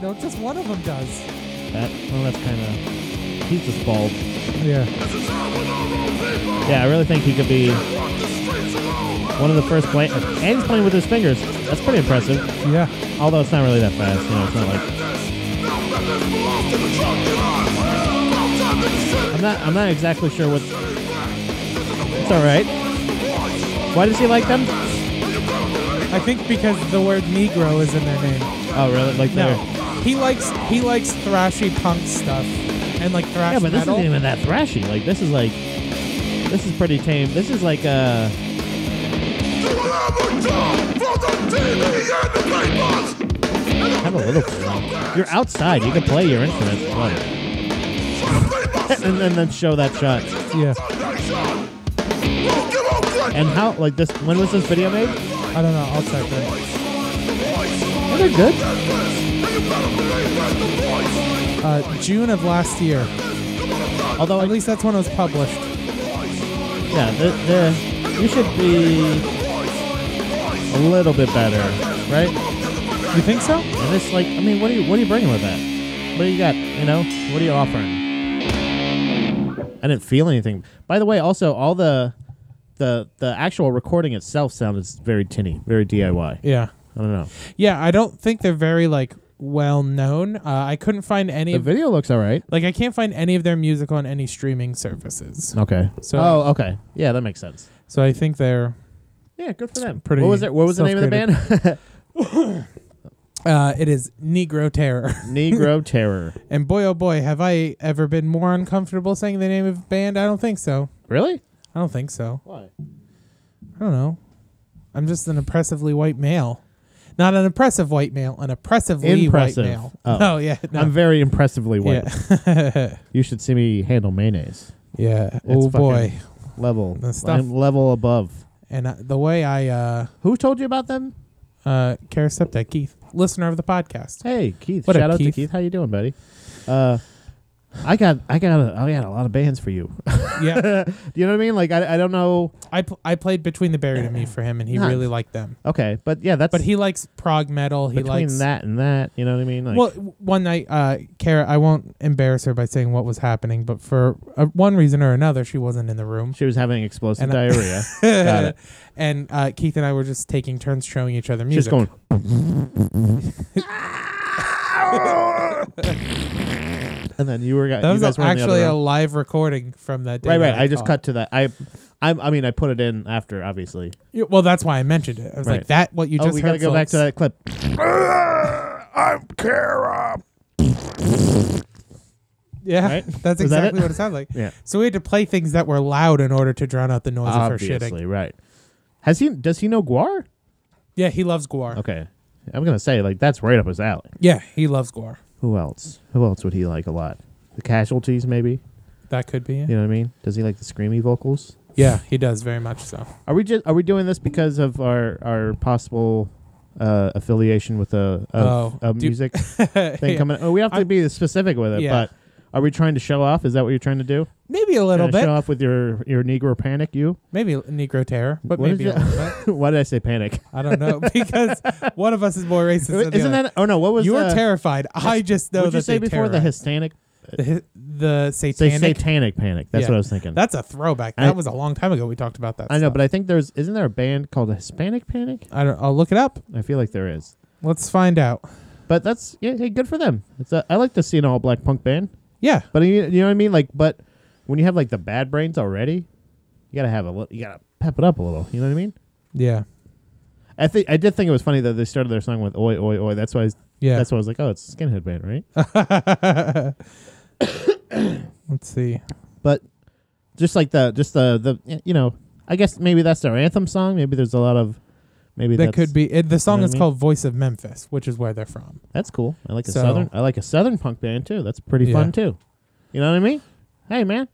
know, just one of them does. That well, that's kind of he's just bald. Yeah. Yeah, I really think he could be one of the first play. And he's playing with his fingers. That's pretty impressive. Yeah. Although it's not really that fast. You know, it's not like. I'm not. I'm not exactly sure what. It's all right. Why does he like them? I think because the word Negro is in their name. Oh, really? Like No. they're. He likes he likes thrashy punk stuff and like thrash Yeah, but this metal. isn't even that thrashy. Like this is like. This is pretty tame. This is like uh Have a little. You're outside. You can play your instruments. and then, then show that shot. yeah. And how? Like this? When was this video made? I don't know. I'll check that. Oh, they're good. Uh, June of last year. Although, At at least least, that's when it was published. yeah, the, the, you should be a little bit better, right? You think so? And this, like, I mean, what are you, what are you bringing with that? What do you got? You know, what are you offering? I didn't feel anything. By the way, also all the, the, the actual recording itself sounds very tinny, very DIY. Yeah. I don't know. Yeah. I don't think they're very like well known. Uh, I couldn't find any. The Of, video looks all right. like I can't find any of their music on any streaming services. Okay. So- oh, okay. Yeah, that makes sense. So I think they're. Yeah, good for them. pretty What was it? What was the name of the band? Uh, it is Negro Terror. Negro Terror. And boy, oh boy, have I ever been more uncomfortable saying the name of a band? I don't think so. Really? I don't think so. Why? I don't know. I'm just an oppressively white male. Not an oppressive white male, an oppressively Impressive. white male. Oh. yeah. No. I'm very impressively white. Yeah. You should see me handle mayonnaise. yeah. Oh fucking- boy. Level. The stuff- I'm level above. And uh, the way I uh Who told you about them? uh Kara Septa, Keith, listener of the podcast. Hey, Keith. What up, Shout out Keith? to Keith. How you doing, buddy? Uh, I got, I got, a, I got a lot of bands for you. yeah. you know what I mean? Like, I, I don't know. I pl- I played Between the Buried and Me for him and he Nice. really liked them. Okay, but yeah, that's But he likes prog metal. He between likes that and that. You know what I mean? Like, well, w- one night, uh, Kara, I won't embarrass her by saying what was happening, but for uh, one reason or another, she wasn't in the room. she was having explosive And I- diarrhea. Got it. and uh, Keith and I were just taking turns showing each other She music. was going. and then you were got- that you was guys were in the other actually a room. live recording from that day. right, right. that I just caught. cut to that. I, I, I mean, I put it in after, obviously. Yeah, Well, that's why I mentioned it. I was like, Right. "That what you oh, just we heard?" gotta go back to folks. that clip. I'm Kara. Yeah, right? that's Was that exactly it? what it sounded like. Yeah. So we had to play things that were loud in order to drown out the noise of her shitting. Obviously, right. Has he? Does he know Guar? Yeah, he loves Guar. Okay, I'm gonna say like that's right up his alley. Yeah, he loves Guar. Who else? Who else would he like a lot? The Casualties, maybe. That could be. it. You know what I mean? Does he like the screamy vocals? yeah, he does very much so. Are we just are we doing this because of our our possible uh, affiliation with a, a, Oh, a do- music thing coming? Oh, we have to I- be specific with it. Yeah. But are we trying to show off? Is that what you're trying to do? Maybe a little Trying to bit. Show off with your your Negro panic? You? Maybe Negro terror, but What maybe is a it? little bit. Why did I say panic? I don't know because one of us is more racist. Than the Isn't other. that? Oh no! What was you were uh, terrified? I just know Would that you say they before the terrorize. Hispanic? the, hi- the Say satanic. satanic panic. That's Yeah. what I was thinking. That's a throwback. I- That was a long time ago. We talked about that. I know, but I think there's isn't there a band called Hispanic Panic? I don't. I'll look it up. I feel like there is. Let's find out. But that's yeah, hey, good for them. It's a, I like to see an all black punk band. Yeah, But you, you know what I mean? Like, but when you have like the bad brains already, you gotta have a little. You gotta pep it up a little. You know what I mean? yeah, I think I did think it was funny that they started their song with "Oi, oi, oi." That's why. I was, yeah. That's why I was like, "Oh, it's a skinhead band, right?" Let's see. but just like the, just the, the, you know, I guess maybe that's their anthem song. Maybe there's a lot of, maybe That that's, could be. It, the song what I is mean? called "Voice of Memphis," which is where they're from. That's cool. I like a So- southern. I like a southern punk band too. That's pretty Yeah. fun too. You know what I mean? Hey man,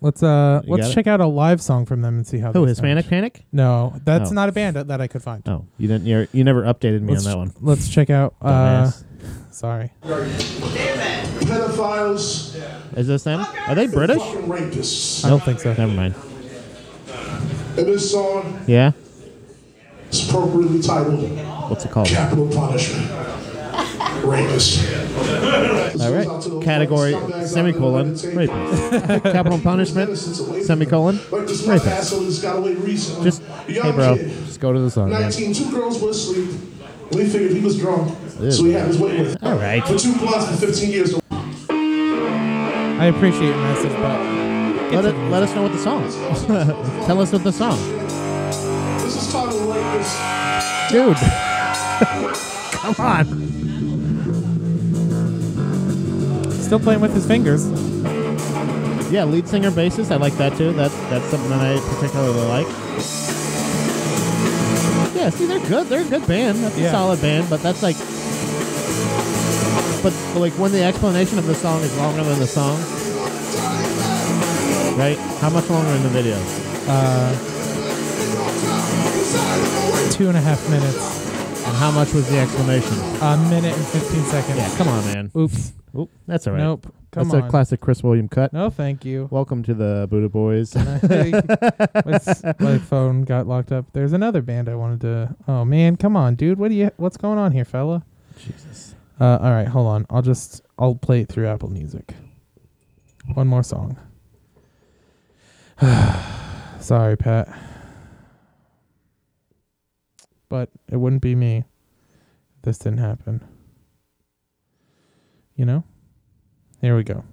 Let's uh, You got let's it? check out a live song from them and see how. who they Hispanic sound. Panic? No, that's Oh. not a band that I could find. Oh, you didn't. You're, you never updated me Let's on that ch- one. Let's check out. Uh, Dumbass. sorry. pedophiles, Is this them? Are they British? fucking rapists. I don't think so. Never mind. And this song Yeah. is appropriately titled What's it called? Capital Punishment. rapist. All right. Category semicolon rapist. Capital punishment semicolon Like this my rapist. asshole just got away recently. Just Young hey bro, kid, just go to the song. man. 19, two girls were asleep. We figured he was drunk, so we had his way with. All right. For two blunts for 15 years. I appreciate your message, but get Let to it, the let us know what the song is. Tell us what the song. This is titled like Dude. this. Come on. Still playing with his fingers. Yeah, lead singer bassist. I like that too. That that's something that I particularly like. Yeah, see, they're good. They're a good band. That's a Yeah. solid band, but that's like, but like when the explanation of the song is longer than the song, right? How much longer in the video? Two and a half minutes. And how much was the explanation? A minute and 15 seconds. Yeah, come on, man. Oops. Oop, that's all right. Nope. Come that's on. a classic Chris William cut. No, thank you. Welcome to the Buddha Boys. my s- my phone got locked up. There's another band I wanted to. Oh man, come on, dude. What do you? What's going on here, fella? Jesus. Uh, all right, hold on. I'll just I'll play it through Apple Music. One more song. Sorry, Pat. But it wouldn't be me. if This didn't happen. You know. Here we go.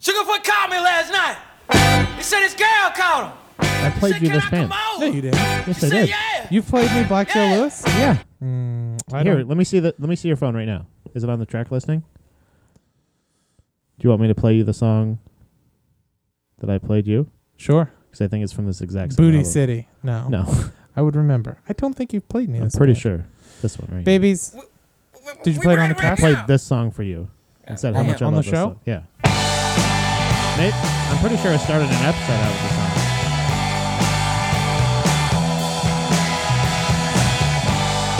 Sugarfoot called me last night. He said his girl called him. I played said, you Can this I band. come No, over? you didn't. Yes, He I said, did. yeah. You played me Black Joe Lewis. Yeah. Mm, I Here, don't- let me see the let me see your phone right now. Is it on the track listing? Do you want me to play you the song that I played you? Sure. Because I think it's from this exact same Booty album. City. No. No, I would remember. I don't think you've played me. I'm this pretty one. sure this one right. here. Babies. Did you play it on the I track? played this song for you and said how On the- much I Oh, on the love this show? song. Yeah. Nate, I'm pretty sure I started an episode out of this song.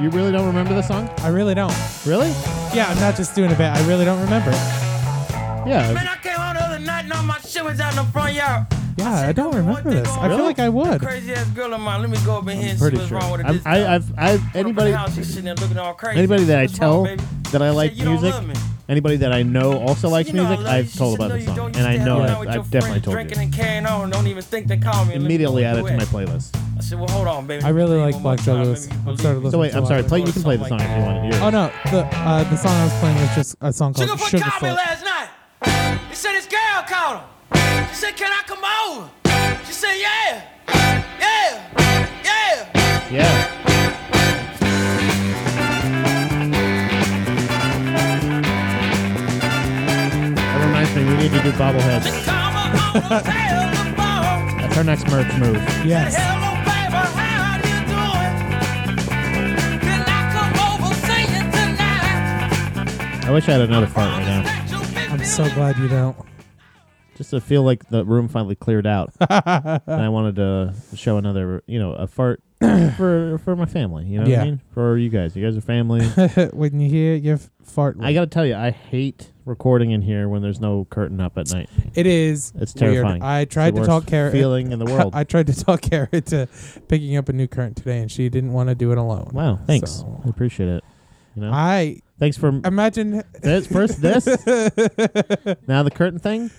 You really don't remember the song? I really don't. Really? Yeah, I'm not just doing a bit. I really don't remember. Yeah, Man, Yeah. I came home the other night and all my shit was out in the front yard. I don't remember this. I Really? feel like I would. Crazy ass girl of mine. Let me go over here and see Pretty what's sure. wrong with it. I'm, This I, time. I've, I've, Went up in the anybody, house, she's sitting there looking all crazy. anybody that I What's tell wrong, baby? that I She like said, "You don't music, love me." anybody that I know also likes You know I music, love you. I've She told said, about "No, the you don't. song, You and I stay know around I've, with your I've definitely friends told drinking you. and carrying on. Don't even think to call me. Let me Immediately go add it to away. my playlist. I said, well, hold on, baby. I really Three like more Black Joe times. Lewis. Let me I'm sorry believe to you. listen So wait, to I'm a sorry. lot of Play. it. You can play the song if you want to hear. it. Oh no, the uh, the song I was playing was just a song called Sugarfoot Sugar called me Foot. last night. He said his girl called him. She said, Can I come over? She said, Yeah. Yeah. Yeah. Yeah. That reminds me, we need to do bobbleheads. Just come on over to the phone. That's our next merch move. Yes. Hello, baby. How you doing? Can I come over see you tonight? I wish I had another fart right now, That you've been Oh, I'm so feeling- glad you don't. just to feel like the room finally cleared out. and I wanted to show another, you know, a fart for for my family. You know what Yeah. I mean? For you guys, you guys are family. when you hear your f- fart, I gotta tell you, I hate recording in here when there's no curtain up at night. it is. It's weird. terrifying. I It's the tried to worst talk Kara. Feeling in the world. I tried to talk Kara to picking up a new current today, and she didn't want to do it alone. wow, thanks. So- I appreciate it. You know, I thanks for imagine. this first this. now the curtain thing.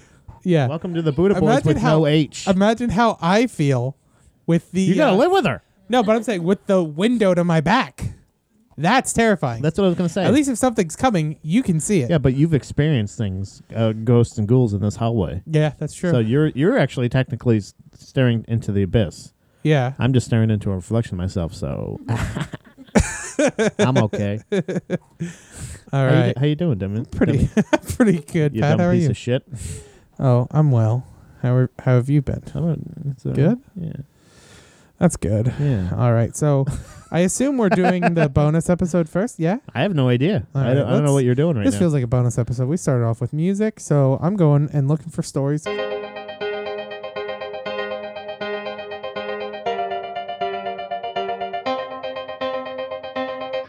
Yeah. Welcome to the Buddha Boys Imagine with how- no H. Imagine how I feel with the. you uh, gotta live with her. No, but I'm saying with the window to my back. That's terrifying. That's what I was gonna say. At least if something's coming, you can see it. yeah, but you've experienced things, uh, ghosts and ghouls in this hallway. Yeah, that's true. So you're you're actually technically s- staring into the abyss. yeah. I'm just staring into a reflection of myself, so I'm okay. All How, you, right. do- how you doing, Demon? pretty, pretty good. You Pat, dumb how are piece you? of shit. oh, I'm well. How are, how have you been? I'm a- it's a- Good? Yeah. That's good. Yeah. All right. So, I assume we're doing the bonus episode first. Yeah. I have no idea. All I, right, don't, I don't know let's- what you're doing right this now. feels like a bonus episode. We started off with music, so I'm going and looking for stories.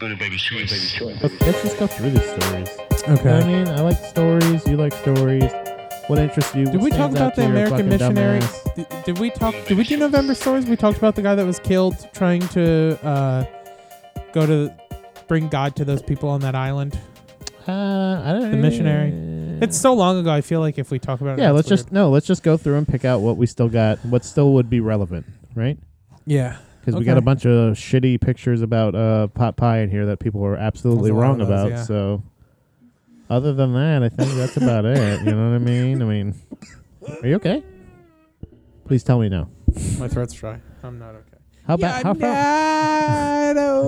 Let's, let's just go through these stories. You know what I Okay. mean, I like stories. You like stories. What interests you? Did we talk about the American missionary? Did, did we talk? Did we do November stories? We talked about the guy that was killed trying to uh, go to bring God to those people on that island. Uh, I don't The missionary. It's so long ago. I feel like if we talk about it, yeah. now, Let's it's just no. Let's just go through and pick out what we still got. What still would be relevant, right? weird. yeah. Because we got a Okay. bunch of shitty pictures about uh, pot pie in here that people are absolutely There's a lot wrong of those, about. yeah. So, other than that, I think that's about it. You know what I mean? I mean, are you okay? Please tell me no. My throat's dry. I'm not okay. How about how about?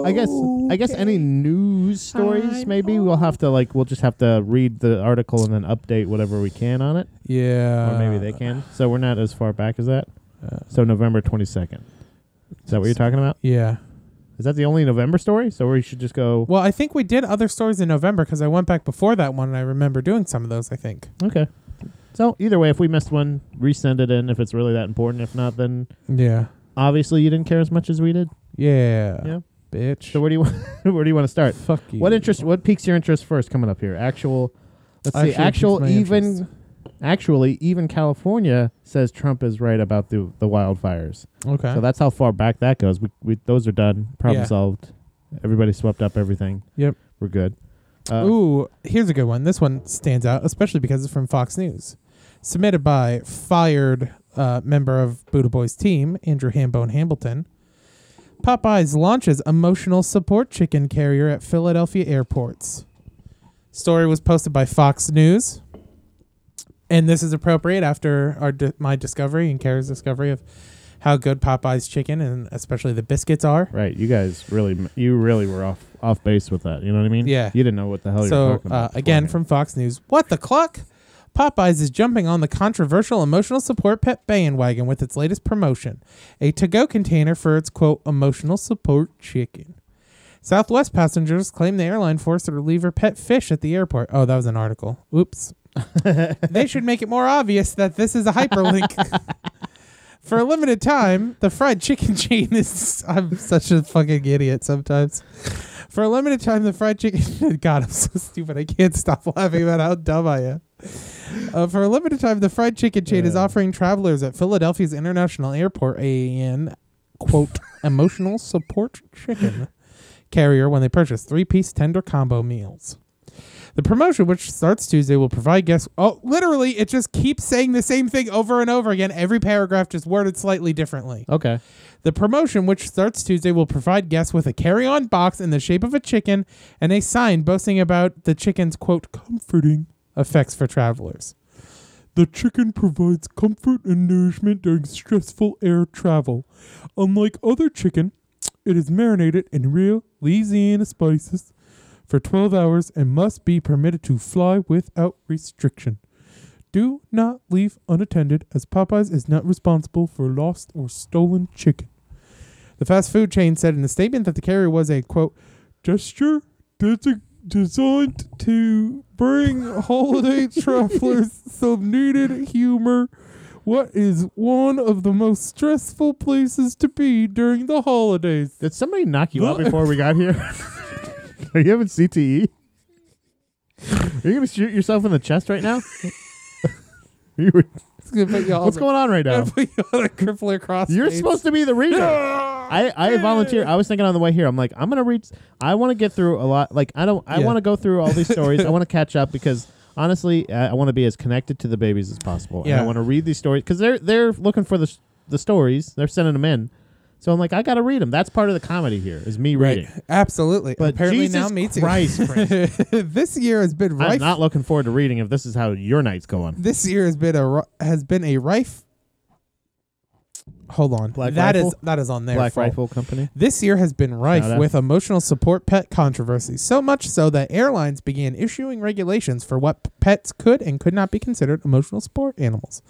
I guess I guess any news stories I'm maybe we'll have to like we'll just have to read the article and then update whatever we can on it. Yeah. or maybe they Uh, can. So we're not as far back as that. so November twenty second. Is that what you're talking about? Yeah. Is that the only November story? So we should just go. Well, I think we did other stories in November because I went back before that one and I remember doing some of those. I think. Okay. So either way, if we missed one, resend it in if it's really that important. If not, then Yeah. obviously you didn't care as much as we did. Yeah. Yeah. Bitch. So where do you want, where do you want to start? Fuck you. What interest? What piques your interest first? Coming up here, actual. Let's Actually, see. Actual piques my even. interest. Actually, even California says Trump is right about the the wildfires. Okay. So that's how far back that goes. We, we those are done. Problem Yeah. solved. Everybody swept up everything. Yep. We're good. Uh, Ooh, here's a good one. This one stands out, especially because it's from Fox News. Submitted by fired uh, member of Buddha Boys team, Andrew Hambone Hambleton. Popeyes launches emotional support chicken carrier at Philadelphia airports. Story was posted by Fox News. And this is appropriate after our di- my discovery and Kara's discovery of how good Popeyes chicken and especially the biscuits are. Right. You guys really m- you really were off off base with that. You know what I mean? Yeah. You didn't know what the hell you were So talking uh, about. again from Fox News, what the clock? Popeyes is jumping on the controversial emotional support pet bandwagon with its latest promotion, a to-go container for its quote emotional support chicken. Southwest passengers claim the airline forced her to leave her pet fish at the airport. Oh, that was an article. Oops. they should make it more obvious that this is a hyperlink. For a limited time, the fried chicken chain is. I'm such a fucking idiot sometimes. For a limited time, the fried chicken. God, I'm so stupid. I can't stop laughing about how dumb I am. Uh, for a limited time, the fried chicken chain is offering travelers at Philadelphia's International Airport an quote emotional support chicken carrier when they purchase three-piece tender combo meals. The promotion, which starts Tuesday, will provide guests. Oh, literally, it just keeps saying the same thing over and over again. Every paragraph just worded slightly differently. okay. The promotion, which starts Tuesday, will provide guests with a carry on box in the shape of a chicken and a sign boasting about the chicken's, quote, comforting effects for travelers. The chicken provides comfort and nourishment during stressful air travel. Unlike other chicken, it is marinated in real Louisiana spices for 12 hours and must be permitted to fly without restriction. Do not leave unattended, as Popeyes is not responsible for lost or stolen chicken. The fast food chain said in a statement that the carrier was a quote gesture desi- designed to bring holiday travelers some needed humor. What is one of the most stressful places to be during the holidays? Did somebody knock you out before we got here? are you having CTE? Are you gonna shoot yourself in the chest right now? you were, It's gonna put you all- what's going on right now? Gonna put you on a crippler cross. You're face. supposed to be the reader. I, I volunteer. I was thinking on the way here. I'm like, I'm gonna read. I want to get through a lot. Like, I don't. I Yeah. want to go through all these stories. I want to catch up because honestly, I, I want to be as connected to the babies as possible. And I Yeah. want to read these stories because they're they're looking for the s- the stories. They're sending them in. So I'm like, I gotta read them. That's part of the comedy here is me Right, reading. absolutely. But Apparently Jesus now me too. Christ, Chris. this year has been I'm rife not looking forward to reading if this is how your night's going. this year has been a ri- has been a rife. Hold on, Black That is Rifle? that is on there. Black Phil. Rifle Company. This year has been Shout rife out. with emotional support pet controversy, so much so that airlines began issuing regulations for what p- pets could and could not be considered emotional support animals.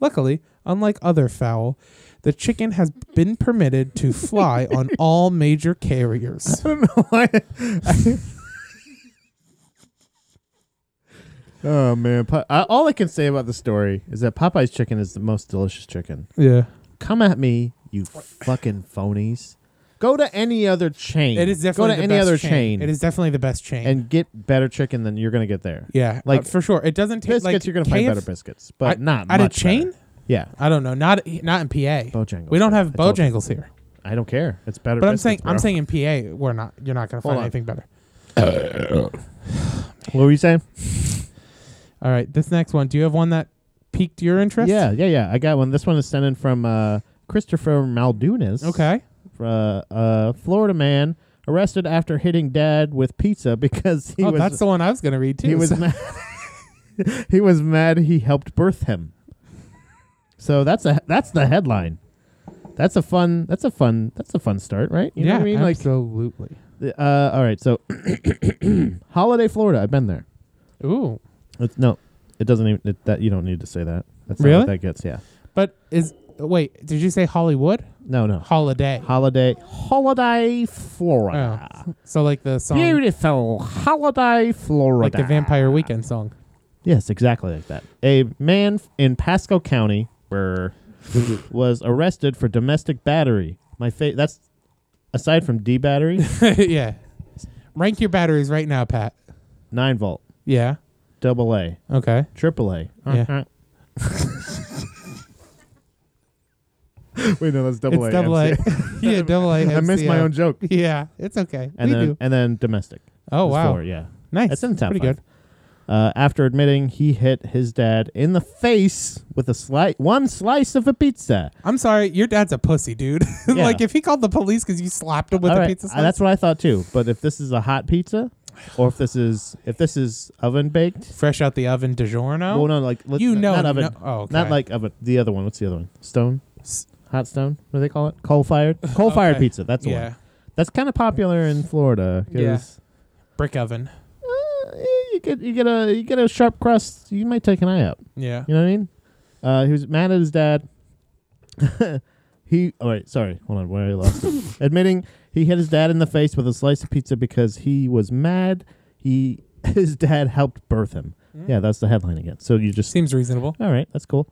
Luckily, unlike other fowl, the chicken has been permitted to fly on all major carriers. Oh man, Pa- I, all I can say about the story is that Popeye's chicken is the most delicious chicken. Yeah. come at me, you fucking phonies. Go to any other chain. It is definitely go to the any best other chain. chain. It is definitely the best chain. and get better chicken than you're gonna get there. yeah, like like for sure. It doesn't taste biscuits. like you're gonna find KF better biscuits, but I- not at much a chain. better. Yeah, I don't know. Not not in PA. Bojangles, We don't yeah. have I told you. Bojangles here. I don't care. It's better. But I'm biscuits, saying I'm bro. saying in PA we're not. You're not gonna find on. anything better. What were you saying? All right, this next one. Do you have one that piqued your interest? Yeah, yeah, yeah. I got one. This one is sent in from uh, Christopher Maldunas. Okay. Uh, uh, Florida man arrested after hitting dad with pizza because he oh, was that's the one I was gonna read too. he was mad. he was mad he helped birth him. So that's a that's the headline. That's a fun. That's a fun. That's a fun start, right? You know yeah, what I mean? Like, absolutely. uh, all right. So, Holiday, Florida. I've been there. Ooh, It's, no, it doesn't even it, that. You don't need to say that. That's not Really? what that gets. Yeah. but is wait? Did you say Hollywood? No, no. Holiday. Holiday, Holiday, Florida. Oh. So like the song, Beautiful Holiday, Florida. like the Vampire Weekend song. Yes, exactly like that. A man f- in Pasco County brr, was arrested for domestic battery. My fa- that's aside from D battery, yeah. Rank your batteries right now, Pat. 9 volt, Yeah. double A, Okay. triple A. Uh-huh. Yeah. Wait, no, that's double It's double A. yeah, double A. I missed my MCO. own joke. Yeah, it's okay. And we then do. and then domestic. Oh It's wow. four, yeah. Nice. That's in the top Pretty five. good. Uh, after admitting he hit his dad in the face with a slice, one slice of a pizza. I'm sorry, your dad's a pussy, dude. Yeah. like if he called the police because you slapped him with All a right, pizza uh, slice. that's what I thought too. But if this is a hot pizza, or if this is if this is oven baked, fresh out the oven, DiGiorno. well, no, like let's- You know not oven, no- oh, okay. not like oven. The other one, what's the other one? Stone, S- hot stone. What do they call it? Coal fired, coal fired Okay. pizza. That's the yeah, one. That's kind of popular in Florida. 'cause, Yeah. brick oven. uh, you get you get a you get a sharp crust. You might take an eye out. Yeah. You know what I mean? Uh, he was mad at his dad. he, all right, sorry. Hold on, where I lost it. Admitting he hit his dad in the face with a slice of pizza because he was mad. He his dad helped birth him. Yeah, that's the headline again. So you just Seems reasonable. all right, that's cool.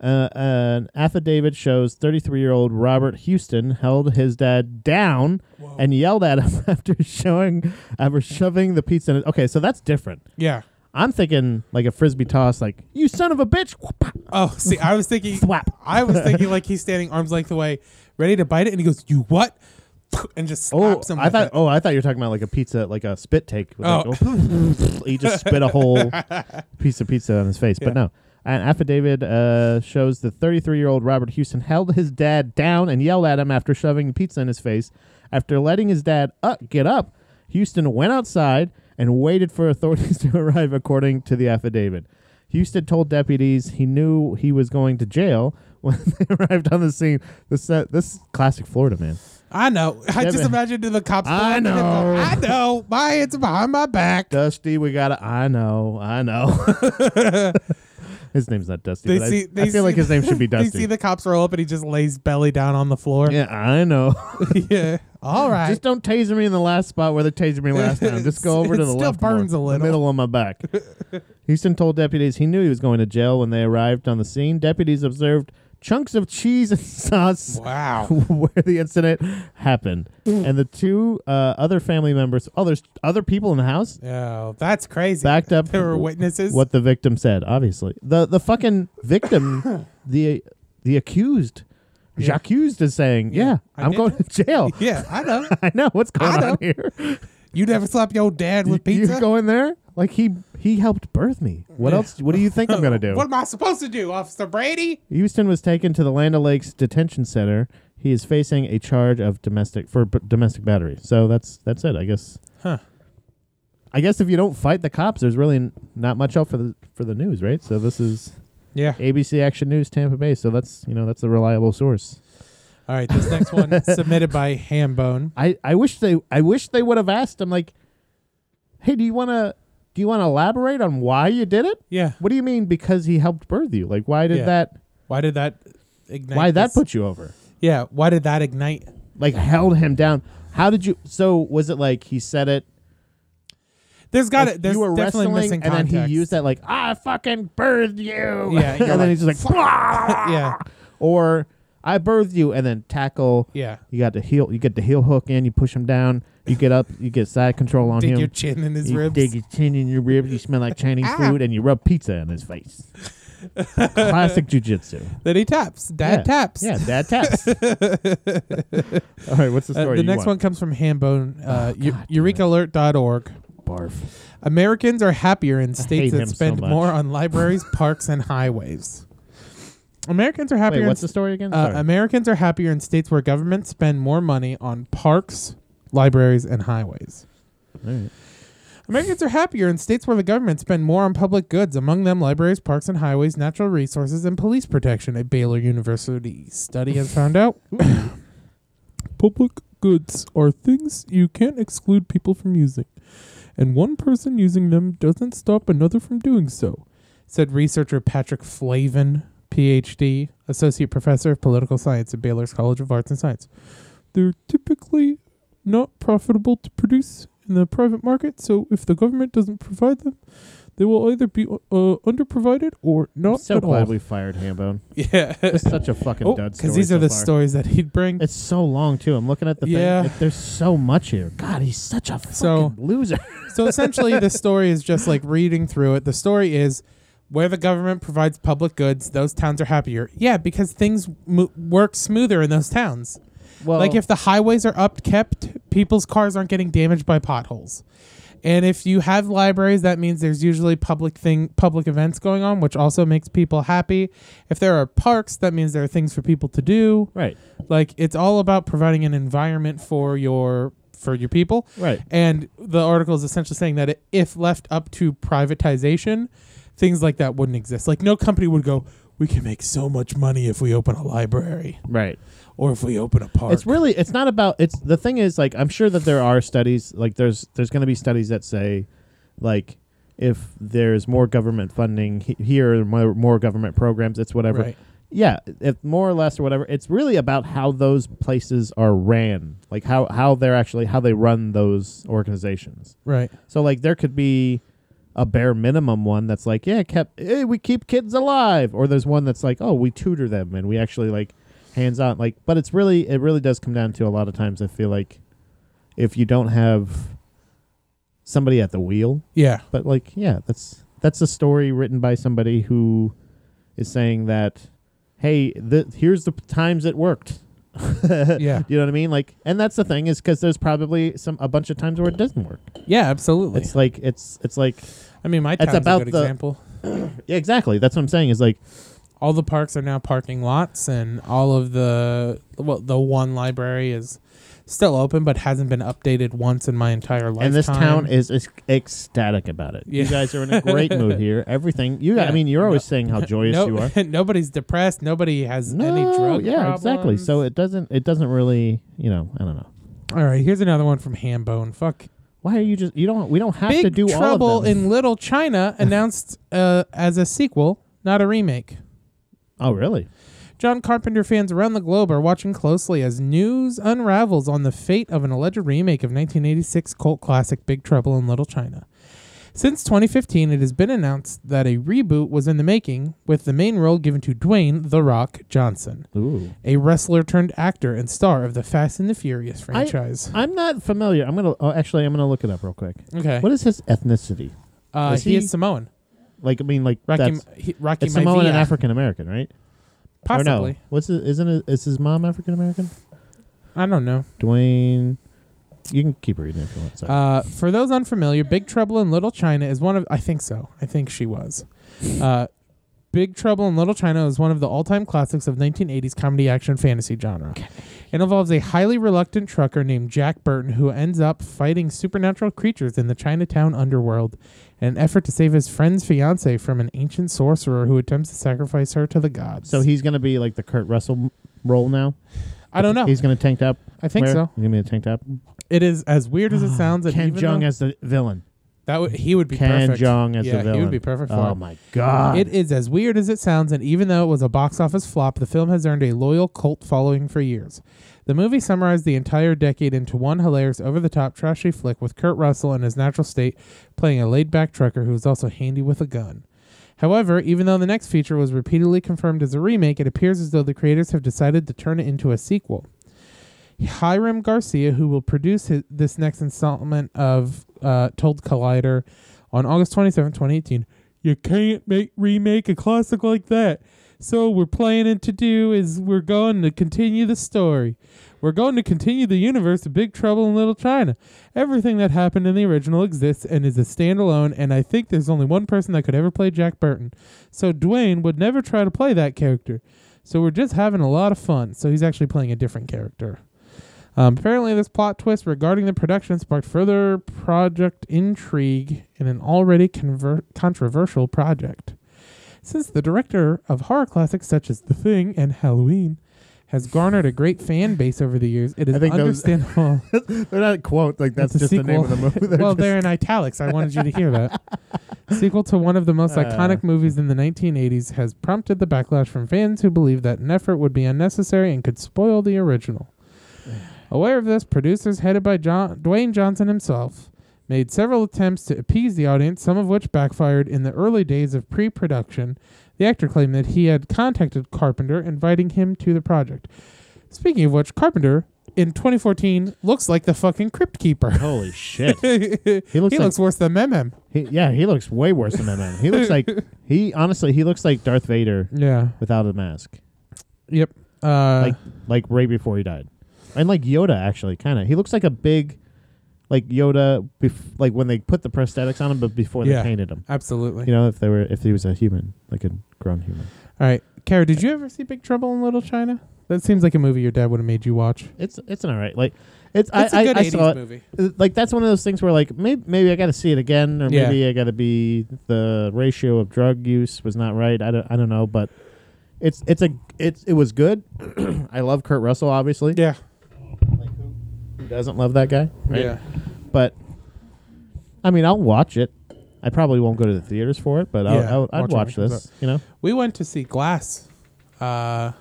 Uh, an affidavit shows 33-year-old Robert Houston held his dad down and yelled at him after showing after shoving the pizza. In his, okay, so that's different. Yeah. I'm thinking like a frisbee toss, like you son of a bitch. Oh, see, I was thinking, Thwap. I was thinking like he's standing arms length away, ready to bite it, and he goes, "You what?" and just Oh, slaps him. I with thought. it. Oh, I thought you were talking about like a pizza, like a spit take. With Oh. like, he just spit a whole piece of pizza on his face. But Yeah. no, an affidavit uh, shows the 33-year-old Robert Houston held his dad down and yelled at him after shoving pizza in his face. After letting his dad up, get up, Houston went outside and waited for authorities to arrive, according to the affidavit. Houston told deputies he knew he was going to jail when they arrived on the scene. This uh, this is classic Florida man. I know. I Yeah, just but- imagined the cops. I going, know. I know. My hands are behind my back. Dusty, we gotta. I know, I know. his name's not Dusty. They but see. I, They I feel see like his name should be They see Dusty. the cops roll up, and he just lays belly down on the floor. yeah, I know. Yeah. All right. Just don't taser me in the last spot where they tasered me last time. Just go over It to the still left, more, burns a little. the middle of my back. Houston told deputies he knew he was going to jail when they arrived on the scene. Deputies observed chunks of cheese and sauce wow. Mm. where the incident happened, and the two uh, other family members, oh, there's other people in the house. Oh, that's crazy. backed up There were witnesses. what the victim said obviously the the fucking victim the the accused Yeah. accused is saying Yeah. yeah, I i'm did going to jail Yeah, I know. i know what's going I know. on here You never slapped your dad with You- pizza. you going there like he he helped birth me what else what do you think i'm going to do What am I supposed to do, Officer Brady? houston was taken to the land o'lakes detention center he is facing a charge of domestic for b- domestic battery so that's that's it i guess Huh. i guess if you don't fight the cops there's really n- not much else for the for the news right so this is Yeah. ABC Action News, Tampa Bay. So that's you know that's a reliable source. All right. This next one submitted by Hambone. I, I wish they I wish they would have asked him like, hey, do you want to do you want to elaborate on why you did it? Yeah. What do you mean because he helped birth you? Like why did Yeah. that Why did that ignite? why that this- put you over? Yeah. Why did that ignite? Like held him down. How did you? So was it like he said it? There's got like, it. There's you were definitely wrestling, missing and then context. he used that like I fucking birthed you. Yeah, and you're then like, he's just like, Yeah. or I birthed you, and then tackle. Yeah. You got the heel. You get the heel hook in. You push him down. You get up. You get side control on Dig him. your chin in his you ribs. Ah. dig your chin in your ribs. You smell like Chinese food, and you rub pizza in his face. Classic jujitsu. that he taps. Dad Yeah. taps. Yeah, dad taps. All right, what's the Uh, story? the you next one want? Oh, comes from Hambone. Uh, u- EurekaAlert.org. barf. Americans are happier in states him that so spend much. more on libraries, parks, and highways. Americans are happier. Wait, in what's the s- story again? Uh, Sorry. Americans are happier in states where governments spend more money on parks, libraries, and highways. All right. Americans are happier in states where the government spend more on public goods, among them libraries, parks and highways, natural resources, and police protection. A Baylor University study has found out. public goods are things you can't exclude people from using, and one person using them doesn't stop another from doing so, said researcher Patrick Flavin, PhD, associate professor of political science at Baylor's College of Arts and Science. They're typically not profitable to produce in the private market, so if the government doesn't provide them, they will either be uh, underprovided or I'm not so at glad all. we fired Hambone. yeah. It's such a fucking dud story. Because Oh, these are so the far. stories that he'd bring. It's so long too. I'm looking at the Yeah. thing. It- There's so much here. God, he's such a fucking So- loser. so essentially, the story is just like reading through it. The story is where the government provides public goods, those towns are happier. Yeah, because things mo- work smoother in those towns. Well, like if the highways are upkept, people's cars aren't getting damaged by potholes. And if you have libraries, that means there's usually public thing, public events going on, which also makes people happy. If there are parks, that means there are things for people to do. right, Like it's all about providing an environment for your for your people. Right. And the article is essentially saying that if left up to privatization, things like that wouldn't exist. Like no company would go, we can make so much money if we open a library right. or if we open a park. It's really it's not about it's the thing is like I'm sure that there are studies like there's there's going to be studies that say like if there's more government funding he- here more, more government programs it's whatever. Right. Yeah, if more or less or whatever. It's really about how those places are ran, like how how they're actually how they run those organizations. right. So like there could be a bare minimum one that's like, yeah, kept eh, we keep kids alive, or there's one that's like, oh, we tutor them and we actually like hands on like. But it's really it really does come down to a lot of times. I feel like if you don't have somebody at the wheel, Yeah. but like yeah, that's that's a story written by somebody who is saying that, hey, th- here's the p- times it worked. Yeah. You know what I mean? Like, and that's the thing is because there's probably some a bunch of times where it doesn't work. Yeah, absolutely. It's like it's it's like I mean, my That's town's about a good the- example. yeah, exactly. That's what I'm saying. Is like All the parks are now parking lots, and all of the well, the one library is still open, but hasn't been updated once in my entire lifetime. and this town is, is ecstatic about it. You Yeah. guys are in a great mood here. Everything you Yeah. I mean, you're always saying how joyous No- you are. nobody's depressed. Nobody has No, any drug yeah, exactly. So problems. it doesn't it doesn't really, you know, I don't know. all right, here's another one from Hambone. Fuck. Why are you just you don't we don't have Big to do Trouble all of them. in Little China announced uh, as a sequel, not a remake. oh, really? John Carpenter fans around the globe are watching closely as news unravels on the fate of an alleged remake of 1986 cult classic Big Trouble in Little China. Since 2015, it has been announced that a reboot was in the making, with the main role given to Dwayne The Rock Johnson, Ooh. a wrestler turned actor and star of the Fast and the Furious I- franchise. I'm not familiar. I'm gonna oh, actually I'm gonna look it up real quick. okay. What is his ethnicity? uh, is he, he- is Samoan. Like I mean, like Rocky, that's he, Rocky it's Samoan and Maivia. African American, right? Or no? Possibly. What's his, isn't it, is his mom African American? I don't know. Dwayne. You can keep reading if you want. Sorry. Uh, for those unfamiliar, Big Trouble in Little China is one of I think so. I think she was. Uh, Big Trouble in Little China is one of the all-time classics of 1980s comedy action fantasy genre. It involves a highly reluctant trucker named Jack Burton who ends up fighting supernatural creatures in the Chinatown underworld in an effort to save his friend's fiancée from an ancient sorcerer who attempts to sacrifice her to the gods. so he's gonna be like the Kurt Russell m- role now. I don't know. He's gonna tank top. I think wear- so. He's gonna be a tank top. It is as weird as it sounds. and Ah, Ken even Jong though- as the villain. that would he would be Ken perfect. Jong as yeah, the villain. he would be perfect for Oh it. my god. It is as weird as it sounds, and even though it was a box office flop, the film has earned a loyal cult following for years. The movie summarized the entire decade into one hilarious, over the top, trashy flick with Kurt Russell in his natural state playing a laid back trucker who is also handy with a gun. However, even though the next feature was repeatedly confirmed as a remake, it appears as though the creators have decided to turn it into a sequel. Hiram Garcia, who will produce his, this next installment of uh, Told Collider on August 27, 2018, you can't make remake a classic like that. So we're planning to do is we're going to continue the story. We're going to continue the universe of Big Trouble in Little China. Everything that happened in the original exists and is a standalone, and I think there's only one person that could ever play Jack Burton. So Dwayne would never try to play that character. So we're just having a lot of fun. So he's actually playing a different character. Um, apparently, this plot twist regarding the production sparked further project intrigue in an already conver- controversial project. Since the director of horror classics such as The Thing and Halloween has garnered a great fan base over the years, it is I think that was- understandable. They're not quote like that's It's a just the name of the sequel. movie. They're well, just- they're in italics. I wanted you to hear that. Sequel to one of the most Uh. iconic movies in the 1980s has prompted the backlash from fans who believed that an effort would be unnecessary and could spoil the original. Aware of this, producers headed by John, Dwayne Johnson himself made several attempts to appease the audience, some of which backfired in the early days of pre production. The actor claimed that he had contacted Carpenter, inviting him to the project. Speaking of which, Carpenter in 2014 looks like the fucking Crypt Keeper. Holy shit! he looks looks, like- worse than Memem. He, yeah, he looks way worse than that man. He looks like he honestly he looks like Darth Vader Yeah. without a mask, Yep. Uh, like like right before he died, and like Yoda actually kind of he looks like a big like Yoda bef- like when they put the prosthetics on him, but before Yeah. they painted him. absolutely. You know, if they were if he was a human, like a grown human. All right, Kara, did you ever see Big Trouble in Little China? That seems like a movie your dad would have made you watch. It's it's an alright like it's, It's I a good I, I 80s saw it. movie. Uh, Like that's one of those things where like maybe maybe I got to see it again or Yeah. maybe I got to be the ratio of drug use was not right. I don't I don't know, but it's it's a it's it was good. I love Kurt Russell obviously. Yeah. Like, who, who doesn't love that guy? Right? Yeah. But I mean, I'll watch it. I probably won't go to the theaters for it, but I'll, Yeah, I'll, watch it I'd when watch it comes this, out. you know. We went to see Glass uh,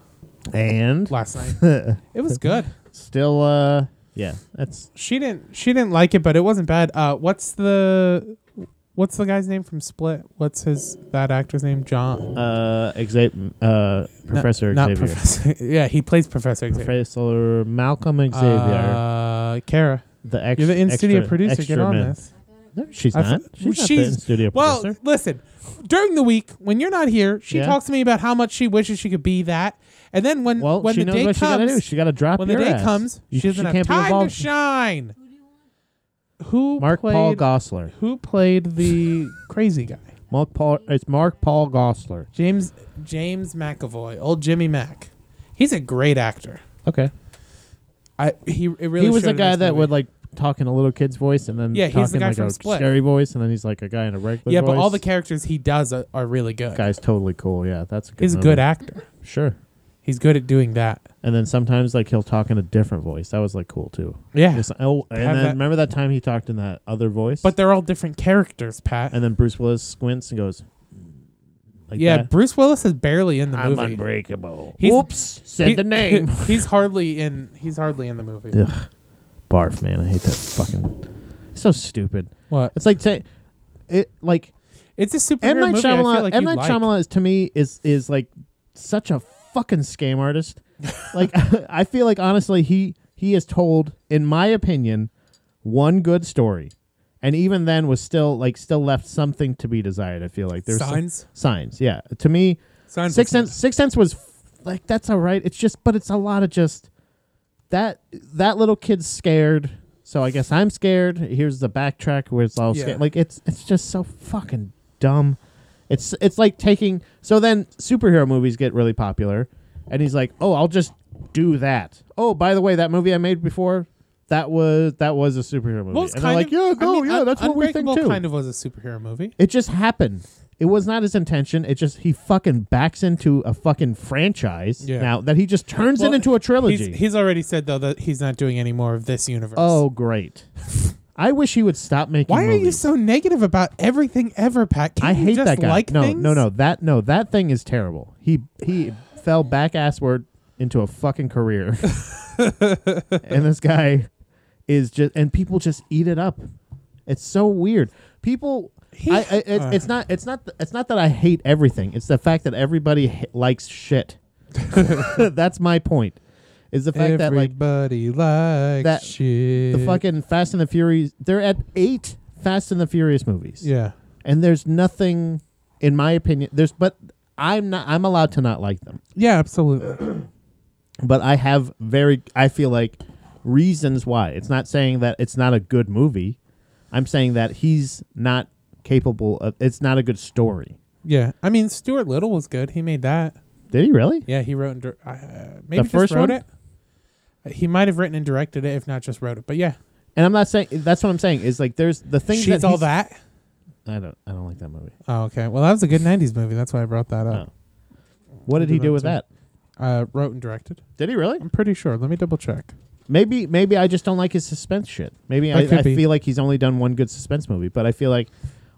And last night. it was good. still uh yeah, that's She didn't. She didn't like it, but it wasn't bad. Uh, what's the What's the guy's name from Split? What's his that actor's name? John. uh Xavier uh Not- Professor Not, Xavier. Professor. yeah, he plays Professor Xavier. Professor Malcolm Xavier. Uh, Kara. the ex- You're the in studio extra- producer. extra Get on man. this. No, she's I not. f- She's, not the she's- in studio Well, producer. listen. During the week, when you're not here, she Yeah. talks to me about how much she wishes she could be that, and then when Well, when she the knows day what she got to do. comes, She got to drop when the your day ass. comes, You- she doesn't have can't be time to involved. shine. Who Mark played, Paul Gossler. Who played the crazy guy? Mark Paul. It's Mark Paul Gossler. James James McAvoy, old Jimmy Mack. He's a great actor. Okay. I he it really he was showed the in guy this that movie. would like talk in a little kid's voice, and then Yeah, he's talk the in, guy like from a Split. scary voice, and then he's like a guy in a regular. yeah, voice. but all the characters he does are, are really good. guy's totally cool. Yeah, that's a good. He's a movie. good actor. Sure. He's good at doing that. And then sometimes like he'll talk in a different voice. That was like cool too. Yeah. Just- oh, and Have then that- remember that time he talked in that other voice? But they're all different characters, Pat. and then Bruce Willis squints and goes, "Mm, like yeah, that. Bruce Willis is barely in the movie. unbreakable. He's- Whoops, said He- the name. he's hardly in. He's hardly in the movie. Ugh, barf, man. I hate that fucking. So stupid. What? It's like say, it like It's a superhero M Night movie. I feel Shyamalan. like M you'd Night like. Shyamalan is to me is is like such a fucking scam artist. like I feel like honestly he he has told, in my opinion, one good story. And even then was still like still left something to be desired. I feel like there's some- Signs? signs. Yeah, to me, Signs was Six good. Sense. Six Sense was f- like that's all right. It's just, but it's a lot of just that that little kid's scared. So I guess I'm scared. Here's the backtrack where it's all Yeah. scared. Like it's it's just so fucking dumb. It's it's like taking. So then superhero movies get really popular, and he's like, oh, I'll just do that. Oh, by the way, that movie I made before. That was that was a superhero movie, Well, it's and they're kind like, of, yeah, I go, mean, yeah, Un- that's what we think Unbreakable too. Kind of was a superhero movie. It just happened. It was not his intention. It just he fucking backs into a fucking franchise Yeah. now that he just turns Well, it into a trilogy. He's, he's already said though that he's not doing any more of this universe. oh great! I wish he would stop making. why are you movies. so negative about everything ever, Pat? Can't I you hate just that guy. Like no, things? no, no. That no, that thing is terrible. He he fell back assward into a fucking career, and this guy is just and people just eat it up. It's so weird. People, I, I, it's, it's not it's not it's not that I hate everything. It's the fact that everybody h- likes shit. That's my point. Is the fact that like Everybody likes that- shit. the fucking Fast and the Furious, they're at eight Fast and the Furious movies yeah. and there's nothing in my opinion, there's but I'm not I'm allowed to not like them. Yeah, absolutely. But I have very I feel like reasons why. It's not saying that it's not a good movie. I'm saying that he's not capable of it's not a good story. Yeah, I mean Stuart Little was good. He made that. Did he really? Yeah, he wrote and dir- uh, maybe just first wrote one? it. Uh, He might have written and directed it, if not just wrote it. But yeah, And I'm not saying that's what I'm saying is like there's the things she's that all he's- that. I don't I don't like that movie. Oh, okay. Well, that was a good '90s movie. That's why I brought that up. What did he do do that with too. that? Oh. Uh, wrote and directed. Did he really? I'm pretty sure. Let me double check. Maybe maybe I just don't like his suspense shit. Maybe I, That could I be. feel like he's only done one good suspense movie, but I feel like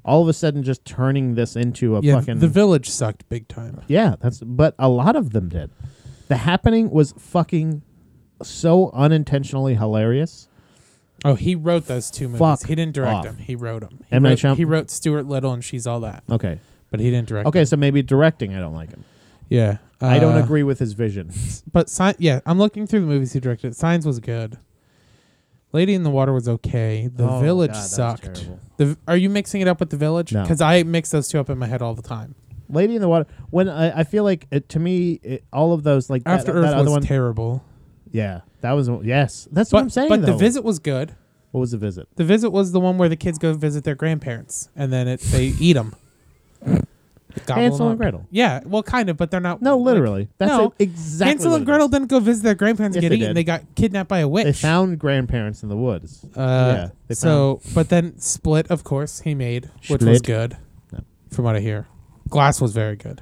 all of a sudden just turning this into a yeah, fucking The Village sucked big time. yeah. That's but a lot of them did. The happening was fucking so unintentionally hilarious. Oh, he wrote those two movies. Fuck he didn't direct off. them. He wrote them. He, M. Night wrote, Shyam- he wrote Stuart Little and She's All That, Okay, but he didn't direct. okay. So maybe directing, I don't like him. them. Yeah, I don't Uh, agree with his vision. But Sign, yeah, I'm looking through the movies he directed. Signs was good. Lady in the Water was okay. The Oh, Village God, that was sucked. terrible. The Are you mixing it up with The Village? No. Because I mix those two up in my head all the time. Lady in the Water. When I, I feel like it, to me, it, all of those like that- After that, Earth other was one. terrible. yeah, that was yes. That's But, what I'm saying. but The though. Visit was good. What was the visit? The Visit was the one where the kids go visit their grandparents and then it, they eat them. Hansel and Gretel. Yeah, well, kind of, but they're not. No, like- literally. That's no. e- exactly. Hansel what and it is. Gretel didn't go visit their grandparents and Yes, get they eaten. did. They got kidnapped by a witch. They found grandparents in the woods. Uh, Yeah, they so, but then Split, of course, he made, which was Split. good, No. from what I hear. Glass was very good,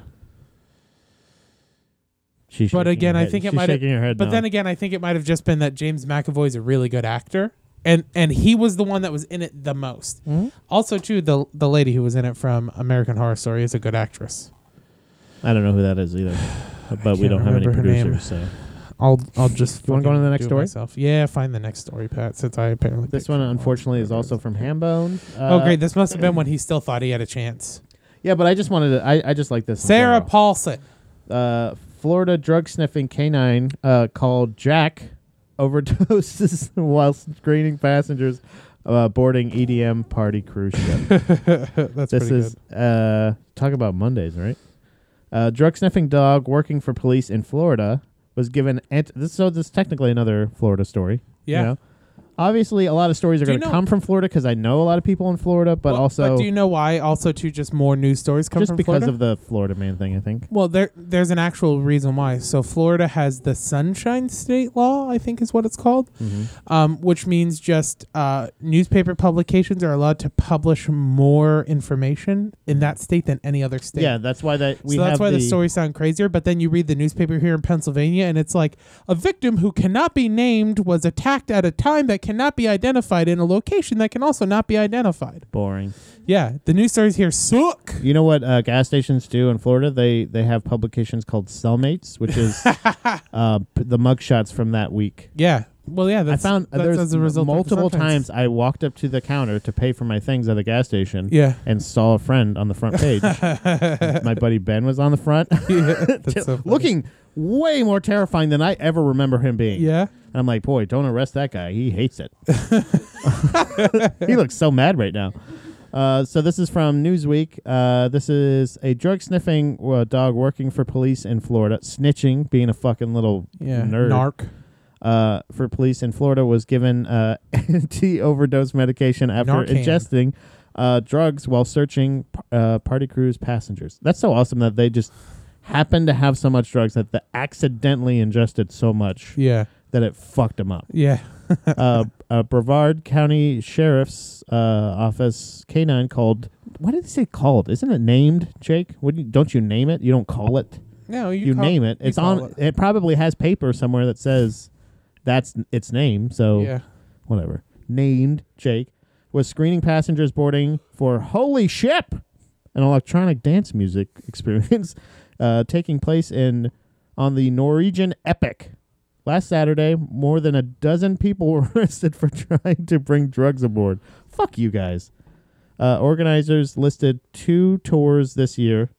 She's but shaking again, her I head. think it She's might. shaking her head. But no. then again, I think it might have just been that James McAvoy's a really good actor, and and he was the one that was in it the most. Also, too, the the lady who was in it from American Horror Story is a good actress. I don't know who that is either. But can't we don't have any remember her name. producers, so I'll I'll just. You wanna go fucking on to the do next it story? Myself. Yeah, find the next story, Pat. Since I apparently this picked one from all unfortunately is the also from Hambone. Oh, Uh, Oh, great! This must have been when he still thought he had a chance. Yeah, but I just wanted to. I, I just like this. in Sarah general. Paulson. uh, Florida drug sniffing canine uh, called Jack overdoses while screening passengers uh, boarding EDM party cruise ship. That's this pretty is good. uh, talk about Mondays, right? Uh, drug sniffing dog working for police in Florida was given. Ant- this so this is technically another Florida story. you Yeah. know? Obviously, a lot of stories are Do you going to know- come from Florida because I know a lot of people in Florida, but Well, also but do you know why? Also, too, just more news stories come just from because Florida? of the Florida man thing, I think. Well, there there's an actual reason why. So Florida has the Sunshine State Law, I think is what it's called, Mm-hmm. um, which means just uh, newspaper publications are allowed to publish more information in that state than any other state. Yeah, that's why that we so have that's why the, the stories sound crazier. But then you read the newspaper here in Pennsylvania, and it's like a victim who cannot be named was attacked at a time that cannot be identified in a location that can also not be identified. boring. Yeah, the news stories here suck. You know what uh, gas stations do in Florida? They they have publications called Cellmates, which is uh, p- the mugshots from that week. Yeah. Well, yeah. That's, I found uh, that's there's as a result of the multiple Sunshines. times I walked up to the counter to pay for my things at a gas station. Yeah. And saw a friend on the front page. my buddy Ben was on the front, Yeah, that's so funny. looking way more terrifying than I ever remember him being. Yeah. And I'm like, boy, don't arrest that guy. He hates it. he looks so mad right now. Uh, so this is from Newsweek. Uh, this is a drug sniffing uh, dog working for police in Florida, snitching, being a fucking little Yeah. nerd Narc. uh, for police in Florida was given uh, anti overdose medication after Narcan. ingesting uh, drugs while searching uh, party cruise passengers. That's so awesome that they just happened to have so much drugs that they accidentally ingested so much Yeah. that it fucked him up. Yeah. uh, a Brevard County Sheriff's uh, Office canine called. Why did they say called? Isn't it named, Jake? Wouldn't you, don't you name it? You don't call it. No, you, You, call- name it. you It's call on. It. it. probably has paper somewhere that says that's its name. So Yeah. whatever. Named Jake was screening passengers boarding for Holy Ship, an electronic dance music experience uh, taking place in on the Norwegian Epic. Last Saturday, more than a dozen people were arrested for trying to bring drugs aboard. Fuck you guys. Uh, organizers listed two tours this year.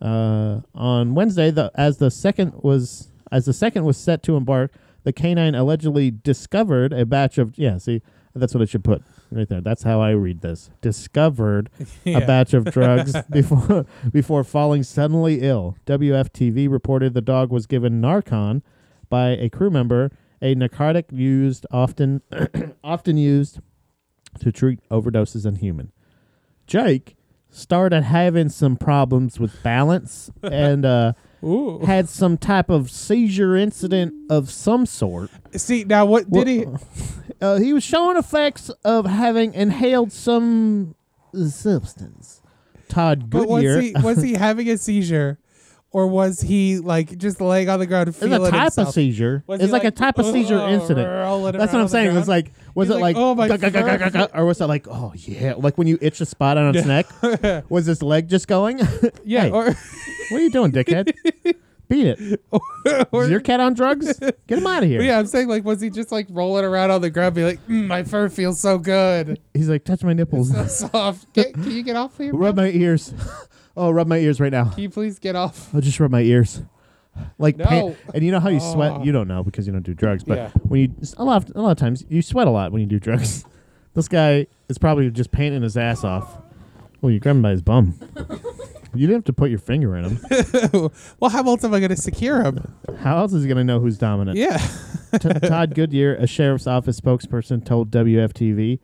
Uh, on Wednesday, the, as the second was as the second was set to embark, the canine allegedly discovered a batch of yeah. See, that's what it should put. right there. That's how I read this. Discovered Yeah. a batch of drugs before before falling suddenly ill. WFTV reported the dog was given Narcan by a crew member, a narcotic used often often used to treat overdoses in human. Jake started having some problems with balance and uh, Ooh. had some type of seizure incident of some sort. See now, what did he? Uh, he was showing effects of having inhaled some substance. Todd But was Goodyear. he was he having a seizure, or was he like just laying on the ground and it's a feeling type himself? of seizure. Was it's he like, a like, type of seizure "Oh, incident. roll it That's what around I'm on saying. the It was ground"? like, was He's it like, like, "Oh, my gah, gah, gah, gah, gah, gah," or was it like, oh yeah, like when you itch a spot on its neck? Was his leg just going? Yeah, Hey, or what are you doing, dickhead? Beat it. Is your cat on drugs? Get him out of here. But yeah, I'm saying like, was he just like rolling around on the ground, be like, mm, my fur feels so good, He's like, touch my nipples. so soft. Can, can you get off here? rub man? my ears. Oh, rub my ears right now. Can you please get off? I'll just rub my ears. Like No. pan- and you know how you sweat? Oh. You don't know because you don't do drugs, but Yeah. when you a lot of, a lot of times you sweat a lot when you do drugs. this guy is probably just painting his ass off. Well, you grabbed him by his bum. you didn't have to put your finger in him. Well, how else am I going to secure him? How else is he gonna know who's dominant? Yeah, T- Todd Goodyear, a sheriff's office spokesperson, told WFTV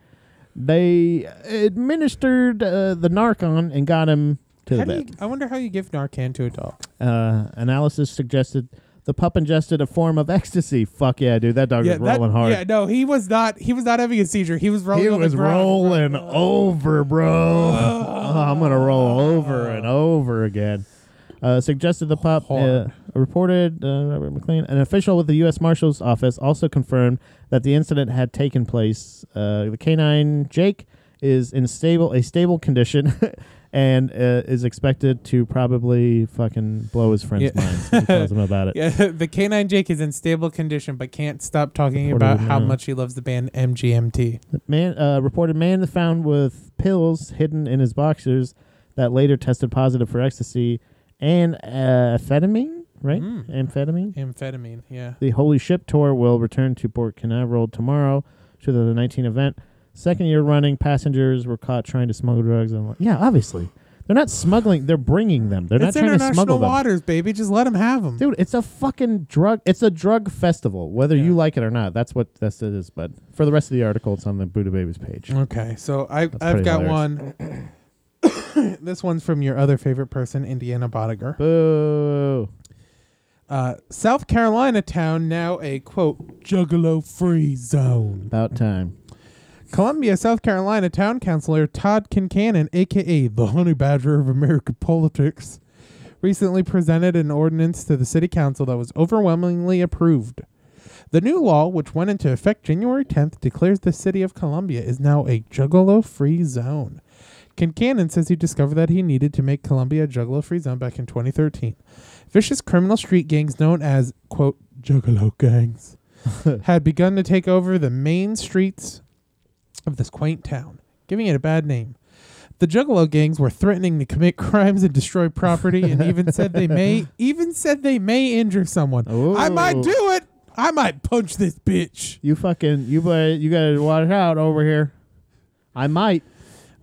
they administered uh, the Narcan and got him to How the do you, bed. I wonder how you give Narcan to a dog. Uh, analysis suggested the pup ingested a form of ecstasy. Fuck yeah, dude, that dog was that- rolling hard. Yeah, no, he was not. He was not having a seizure. He was rolling. he Oh, on the was ground. rolling over, bro. Oh, I'm gonna roll over and over again. Uh, suggested the pup. Uh, Hard. reported uh, Robert McLean, an official with the U.S. Marshal's Office, also confirmed that the incident had taken place. Uh, the canine Jake is in stable a stable condition. And uh, is expected to probably fucking blow his friend's Yeah. minds when he tells him about it. Yeah, the canine Jake is in stable condition, but can't stop talking Reported uh, about how now. much he loves the band MGMT. Man uh, reported man found with pills hidden in his boxers that later tested positive for ecstasy and uh, amphetamine, right? Hmm. Amphetamine. Amphetamine. Yeah. The Holy Ship tour will return to Port Canaveral tomorrow to the 19 event. Second year running, passengers were caught trying to smuggle drugs. And yeah, obviously, they're not smuggling; they're bringing them. They're It's not trying to smuggle international them. waters, baby. Just let him have them. Dude, it's a fucking drug. It's a drug festival, whether you like it or not. That's what this is. But for the rest of the article, it's on the Buddha Babies page. Okay, so I, pretty I've got hilarious. one. this one's from your other favorite person, Indiana Bodiger. Boo. Uh, South Carolina town now a quote juggalo free zone. About time. Columbia, South Carolina town councilor Todd Kincannon, aka the Honey Badger of American politics, recently presented an ordinance to the city council that was overwhelmingly approved. The new law, which went into effect January 10th, declares the city of Columbia is now a juggalo free zone. Kincannon says he discovered that he needed to make Columbia a juggalo free zone back in 2013. Vicious criminal street gangs known as, quote, juggalo gangs had begun to take over the main streets of this quaint town, giving it a bad name. The Juggalo gangs were threatening to commit crimes and destroy property, and even said they may even said they may injure someone. I might Ooh. do it. I might punch this bitch. You fucking you but you gotta watch out over here. I might.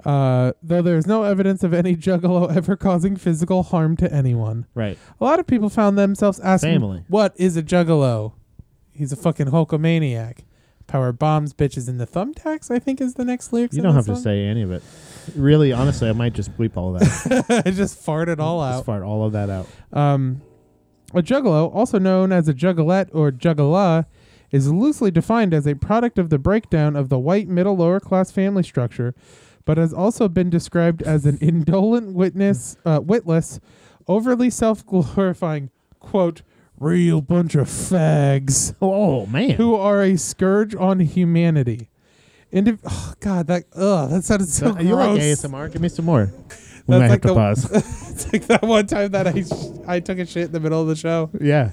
Uh, though there is no evidence of any Juggalo ever causing physical harm to anyone. Right. A lot of people found themselves asking, Family. "What is a Juggalo? He's a fucking Hulkamaniac. Power bombs bitches in the thumbtacks. I think is the next lyrics. You in don't the have to song. say any of it. Really, honestly, I might just bleep all that. just I just farted all out. fart all of that out. Um, a juggalo, also known as a juggalette or juggala, is loosely defined as a product of the breakdown of the white middle lower class family structure, but has also been described as an indolent witness, uh, witless, overly self glorifying, quote, real bunch of fags Oh man. who are a scourge on humanity. Indiv- oh, God, that ugh, that sounded so Uh, gross. you like ASMR? Give me some more. We might like have to the- pause. it's like that one time that I sh- I took a shit in the middle of the show. yeah.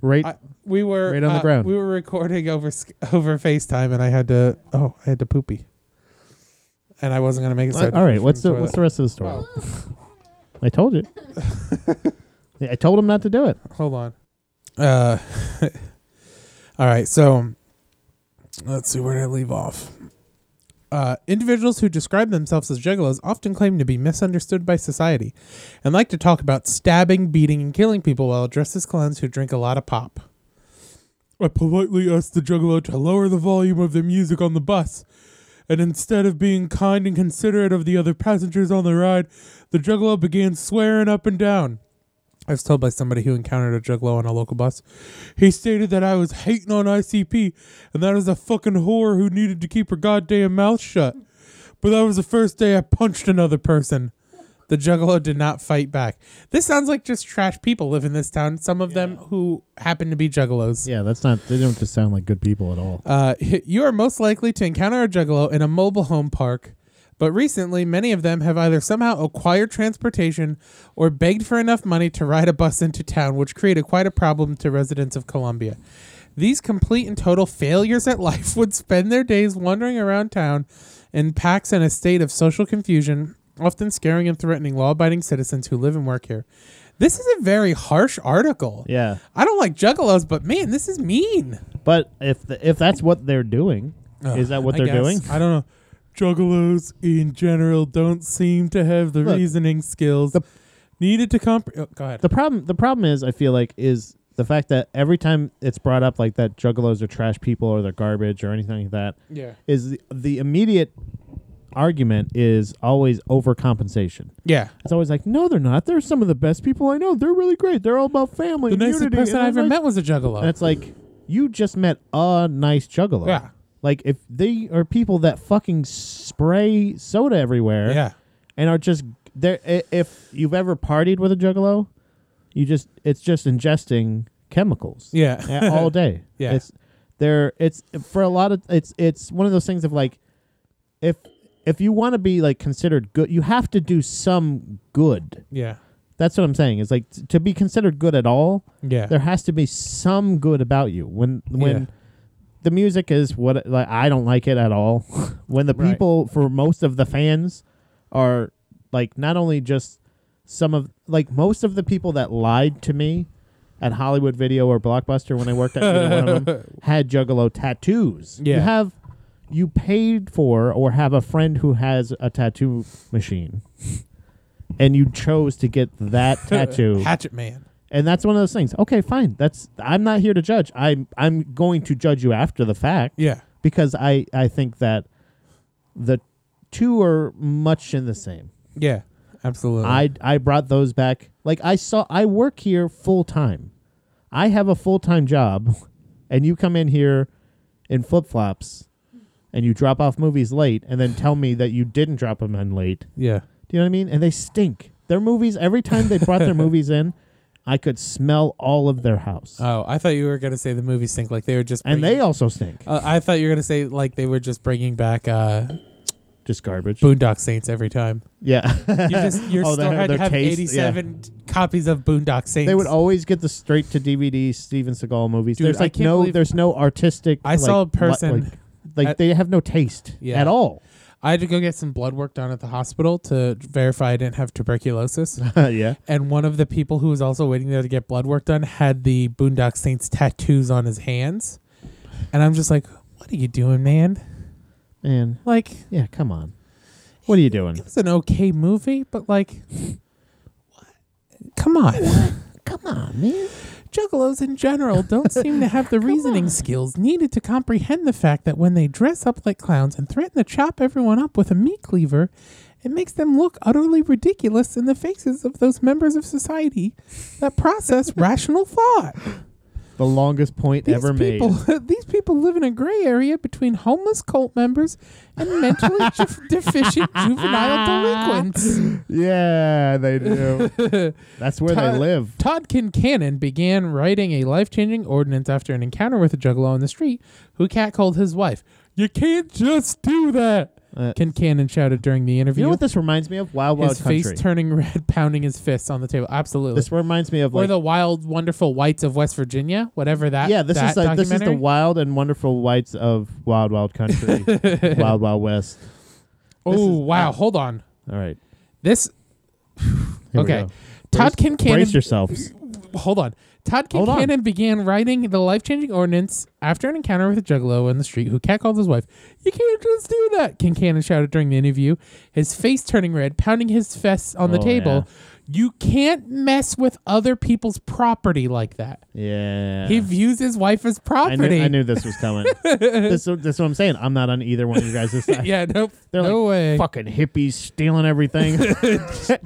Right. I, we were Right on the uh, ground. We were recording over Sk- over FaceTime, and I had to. Oh, I had to poopy, and I wasn't gonna make it. so I Uh, had to all pee right. from What's the toilet. what's the rest of the story? I told you. Yeah, I told him not to do it. Hold on. Uh, all right. So let's see where did I leave off. Uh, individuals who describe themselves as juggalos often claim to be misunderstood by society and like to talk about stabbing, beating, and killing people while dressed as clowns who drink a lot of pop. I politely asked the juggalo to lower the volume of the music on the bus, and instead of being kind and considerate of the other passengers on the ride, the juggalo began swearing up and down. I was told by somebody who encountered a juggalo on a local bus. He stated that I was hating on ICP and that I was a fucking whore who needed to keep her goddamn mouth shut. But that was the first day I punched another person. The juggalo did not fight back. This sounds like just trash people live in this town, some of them who happen to be juggalos. Yeah, that's not. They don't just sound like good people at all. Uh, you are most likely to encounter a juggalo in a mobile home park, but recently many of them have either somehow acquired transportation or begged for enough money to ride a bus into town, which created quite a problem to residents of Columbia. These complete and total failures at life would spend their days wandering around town in packs in a state of social confusion, often scaring and threatening law abiding citizens who live and work here. This is a very harsh article. Yeah, I don't like juggalos, but man, this is mean. but if the, if that's what they're doing, is that what I they're guess. doing? I don't know. Juggalos in general don't seem to have the Look, reasoning skills needed to comprehend. Oh, go ahead. The problem the problem is I feel like is the fact that every time it's brought up like that juggalos are trash people or they're garbage or anything like that Yeah. is the, the immediate argument is always overcompensation. yeah. It's always like, no, they're not. They're some of the best people I know. They're really great. They're all about family. The and nicest unity, person and I ever I'm like- met was a juggalo. And it's like you just met a nice juggalo. Yeah. Like if they are people that fucking spray soda everywhere. yeah. and are just there. i- If you've ever partied with a juggalo, you just it's just ingesting chemicals. Yeah. a- all day. Yeah. it's there. It's for a lot of it's it's one of those things of like if if you want to be like considered good, you have to do some good. Yeah. That's what I'm saying. Is like t- to be considered good at all, Yeah. there has to be some good about you. When when Yeah. the music is what like I don't like it at all. when the Right. people for most of the fans are like not only just some of like most of the people that lied to me at Hollywood Video or Blockbuster when I worked at either one of them had Juggalo tattoos. You Yeah. have you paid for or have a friend who has a tattoo machine. And you chose to get that tattoo Hatchet Man. and that's one of those things. Okay, fine. That's I'm not here to judge. I'm I'm going to judge you after the fact Yeah. because I I think that the two are much in the same. Yeah. Absolutely. I I brought those back. Like I saw I work here full time. I have a full time job, and you come in here in flip flops, and you drop off movies late, and then tell me that you didn't drop them in late. yeah. Do you know what I mean? And they stink. Their movies, every time they brought their movies in, I could smell all of their house. Oh, I thought you were gonna say the movie stink like they were just and bringing- they also stink. Uh, I thought you were gonna say like they were just bringing back uh, Just garbage. Boondock Saints every time. yeah. You just your Oh, store their- had to their have taste, yeah. eighty-seven copies of Boondock Saints. They would always get the straight to DVD Steven Seagal movies. Dude, there's I like can't no, believe- there's no artistic. I saw like, a person li- like, like at- they have no taste Yeah. at all. I had to go get some blood work done at the hospital to verify I didn't have tuberculosis. yeah. and one of the people who was also waiting there to get blood work done had the Boondock Saints tattoos on his hands. And I'm just like, what are you doing, man? Man. Like, Yeah. Come on. What are you doing? it was an okay movie, but like, what? Come on. Come on, man. Juggalos in general don't seem to have the reasoning skills needed to comprehend the fact that when they dress up like clowns and threaten to chop everyone up with a meat cleaver, it makes them look utterly ridiculous in the faces of those members of society that process rational thought. The longest point These ever people, made. these people live in a gray area between homeless cult members and mentally def- deficient juvenile delinquents. Yeah, they do. That's where Ty- they live. Todd Kincannon began writing a life changing ordinance after an encounter with a juggalo on the street who catcalled his wife. You can't just do that, Uh, Kincannon shouted during the interview. You know what this reminds me of? Wild Wild his Country. face turning red, pounding his fists on the table. Absolutely. this reminds me of or like the wild, wonderful whites of West Virginia, whatever that. yeah. This that is like this is the documentary. wild and wonderful whites of Wild Wild Country, Wild Wild West. this Oh is- wow! Hold on. All right. This here we okay. go. Todd Brace Kincannon. yourselves. Hold on. Todd Hold on. Kincannon began writing the life changing ordinance after an encounter with a juggalo in the street who catcalled his wife. You can't just do that, Kincannon shouted during the interview, his face turning red, pounding his fist on the Oh, table. You can't mess with other people's property like that. Yeah. He views his wife as I property. knew, I knew this was coming. this, that's what I'm saying. I'm not on either one of you guys this time. yeah, nope. They're no like, way. Fucking hippies stealing everything.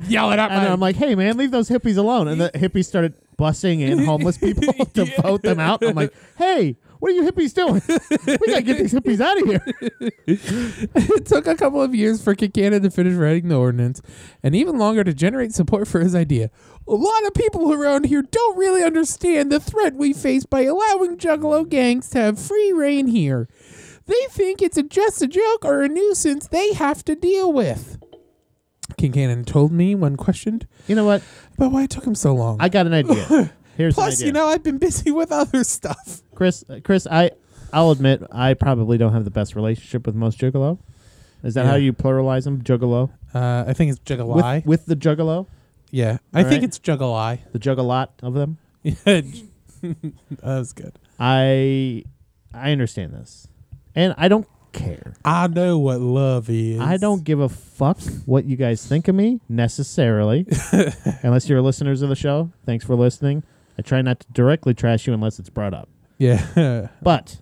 Yelling at And my I'm like, hey, man, leave those hippies alone. And the hippies started busing in homeless people to vote them out. I'm like, hey, what are you hippies doing? we got to get these hippies out of here. It took a couple of years for Kincannon to finish writing the ordinance, and even longer to generate support for his idea. A lot of people around here don't really understand the threat we face by allowing juggalo gangs to have free reign here. They think it's a, just a joke or a nuisance they have to deal with. Kincannon told me when questioned You know what? about why it took him so long. I got an idea. Here's an Plus, idea. you know, I've been busy with other stuff. Chris, uh, Chris, I, I'll admit, I probably don't have the best relationship with most juggalo. Is that Yeah. how you pluralize them? Juggalo Uh, I think it's Juggalo. with, with the juggalo, yeah, I All think right. it's Juggalo. the juggalot of them. Yeah, that was good. I, I understand this, and I don't care. I know what love is. I don't give a fuck what you guys think of me necessarily, unless you're listeners of the show. Thanks for listening. I try not to directly trash you unless it's brought up. Yeah. But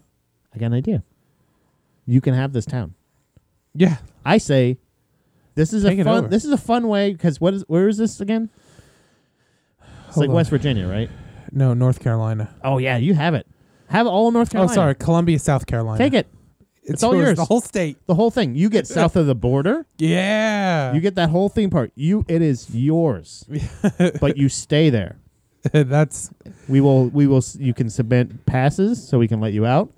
I got an idea. You can have this town. yeah. I say, this is Take a it fun. over. This is a fun way because what is where is this again? It's Hold like on. West Virginia, right? No, North Carolina. Oh yeah, you have it. Have all North Carolina. Oh, sorry, Columbia, South Carolina. Take it. It's, all yours. The whole state. The whole thing. You get south of the border. Yeah. You get that whole theme park. You it is yours. but you stay there. That's We will. We will. s- You can submit passes so we can let you out.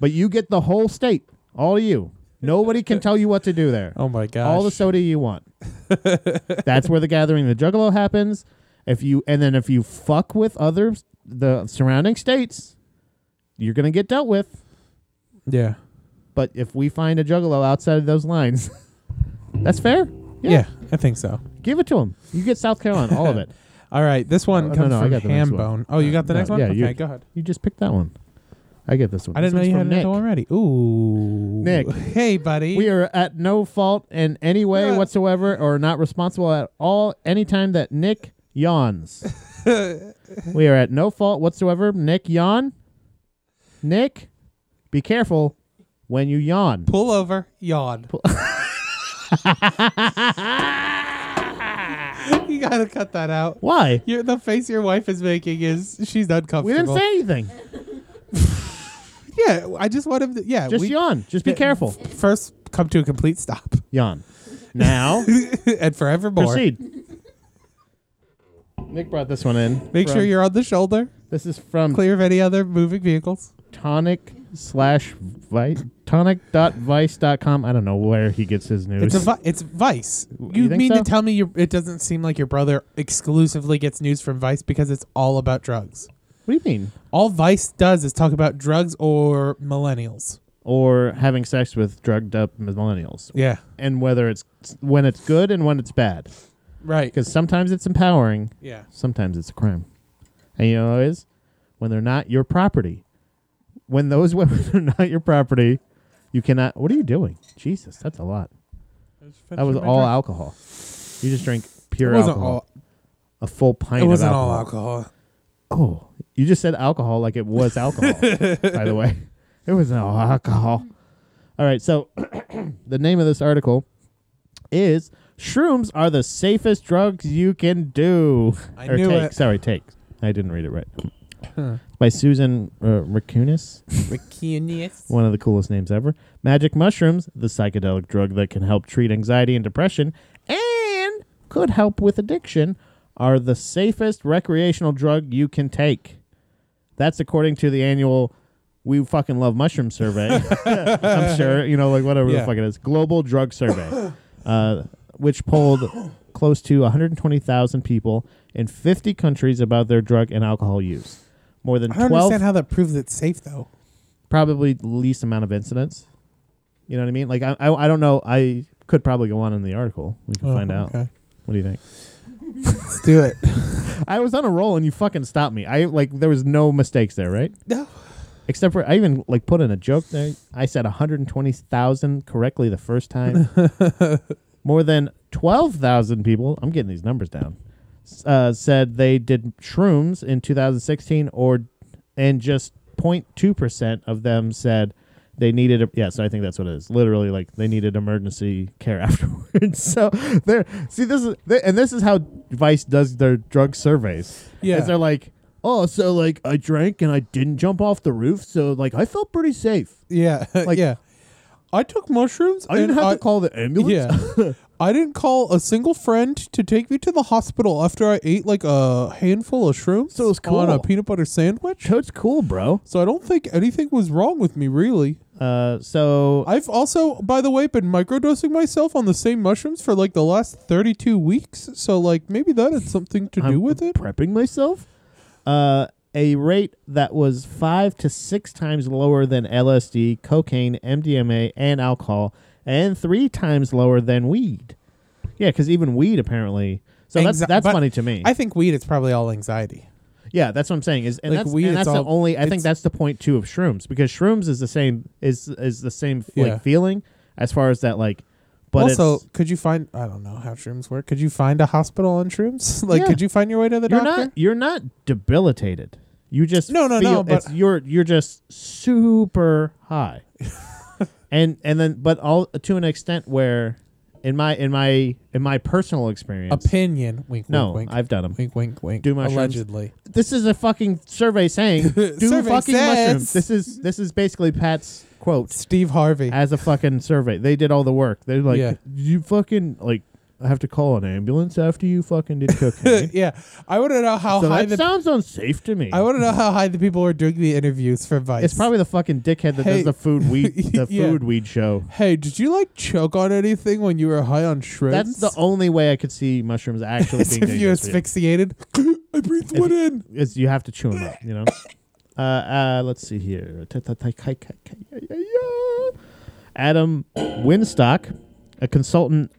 but you get the whole state, all you. Nobody can tell you what to do there. oh my gosh. all the soda you want. That's where the gathering of the juggalo happens. If you and then if you fuck with other s- the surrounding states, you're gonna get dealt with. yeah. But if we find a juggalo outside of those lines, that's fair. yeah. I think so. give it to him. You get South Carolina, all of it. All right. This one Oh, No, no, comes no, I from got the next one. Hambone. Oh, you got the No, next one? yeah, okay, you- go ahead. You just picked that one. I get this one. I didn't know This you one's had from another Nick. one ready. Ooh. Nick. Hey, buddy. We are at no fault in any way Yeah. whatsoever or not responsible at all anytime that Nick yawns. we are at no fault whatsoever. Nick, yawn. Nick, be careful when you yawn. Pull over, yawn. you got to cut that out. Why? Your, the face your wife is making is she's We didn't uncomfortable. say anything. Yeah, I just want him to. Yeah, Just uh, we yawn. Just be Yeah. careful. first come to a complete stop Yawn. Now, and forevermore. proceed. Nick brought this one in. Make sure from- you're on the shoulder, This is from clear of any other moving vehicles. tonic slash vi- tonic.vice.com. I don't know where he gets his news. It's a vi- it's Vice. You, you think mean so? to tell me your, it doesn't seem like your brother exclusively gets news from Vice because it's all about drugs. what do you mean? All Vice does is talk about drugs or millennials. Or having sex with drugged up millennials. Yeah, And whether it's when it's good and when it's bad. right. Because sometimes it's empowering, Yeah, sometimes it's a crime. And you know what it is? When they're not your property. When those women are not your property, you cannot. What are you doing? Jesus, that's a lot. That was all alcohol. You just drank It pure wasn't alcohol. all. a full pint It wasn't of all alcohol. alcohol. Oh, you just said alcohol like it was alcohol. by the way, it was no alcohol. All right, so the name of this article is "Shrooms are the safest drugs you can do." I knew take. it. Sorry, take. I didn't read it right. By Susan uh, Rakunas, Rickinius. one of the coolest names ever. Magic mushrooms, the psychedelic drug that can help treat anxiety and depression, and could help with addiction, are the safest recreational drug you can take. That's according to the annual We Fucking Love Mushroom Survey. I'm sure, you know, like whatever Yeah. the fuck it is. Global Drug Survey, uh, which polled close to 120,000 people in 50 countries about their drug and alcohol use. More than I don't 12 understand how that proves it's safe though. probably the least amount of incidents. You know what I mean? Like I, I, I don't know. I could probably go on in the article. We can Oh, find out. okay. What do you think? Let's do it. I was on a roll and you fucking stopped me. I like there was no mistakes there, right? No. Except for I even like put in a joke there. I said 120,000 correctly the first time. More than 12,000 people, I'm getting these numbers down. s- Uh, said they did shrooms in 2016 or and just 0.2% of them said they needed a, yeah, so I think that's what it is. Literally like they needed emergency care afterwards. so there see this is and this is how Vice does their drug surveys. Yeah. Is they're like, "Oh, so like I drank and I didn't jump off the roof, so like I felt pretty safe. Yeah. Like- yeah. I took mushrooms. I didn't and have I, to call the ambulance." Yeah. I didn't call a single friend to take me to the hospital after I ate like a handful of shrooms So it's on a cool. peanut butter sandwich. Toad's cool, bro. So I don't think anything was wrong with me really. Uh, so I've also, by the way, been microdosing myself on the same mushrooms for like the last 32 weeks. So, like, maybe that had something to do I'm with it. prepping myself. Uh, a rate that was five to six times lower than LSD, cocaine, MDMA, and alcohol, and three times lower than weed. Yeah, because even weed apparently. So that's Anxi- that's but funny to me. I think weed, it's probably all anxiety. yeah, that's what I'm saying. Is and Like that's, weed, and it's that's the all- only. I think it's- that's the point too of shrooms because shrooms is the same is is the same Yeah. like feeling as far as that like. But also, it's, could you find, I don't know how shrooms work. Could you find a hospital on shrooms? like, Yeah. could you find your way to the you're doctor? not you're not debilitated. You just No, no, feel- no, but- it's- you're you're just super high, and and then but all to an extent where in my in my in my personal experience, Opinion. Wink, no, wink, wink. I've done them. wink, wink, wink. Do mushrooms. Allegedly. This is a fucking survey saying do Survey fucking says- mushrooms. This is this is basically Pat's quote Steve Harvey. as a fucking survey. They did all the work. They're like, Yeah. you fucking like have to call an ambulance after you fucking did cocaine. yeah. I want to know how so high the. that sounds unsafe to me. I want to know how high the people were doing the interviews for Vice. It's probably the fucking dickhead that Hey. does the food weed the Yeah. food weed show. Hey, did you like choke on anything when you were high on shrooms? That's the only way I could see mushrooms actually As being if you dangerous. for you. asphyxiated. I breathed one in. Is you have to chew them up, you know. Uh, uh, let's see here. Adam Winstock, a consultant,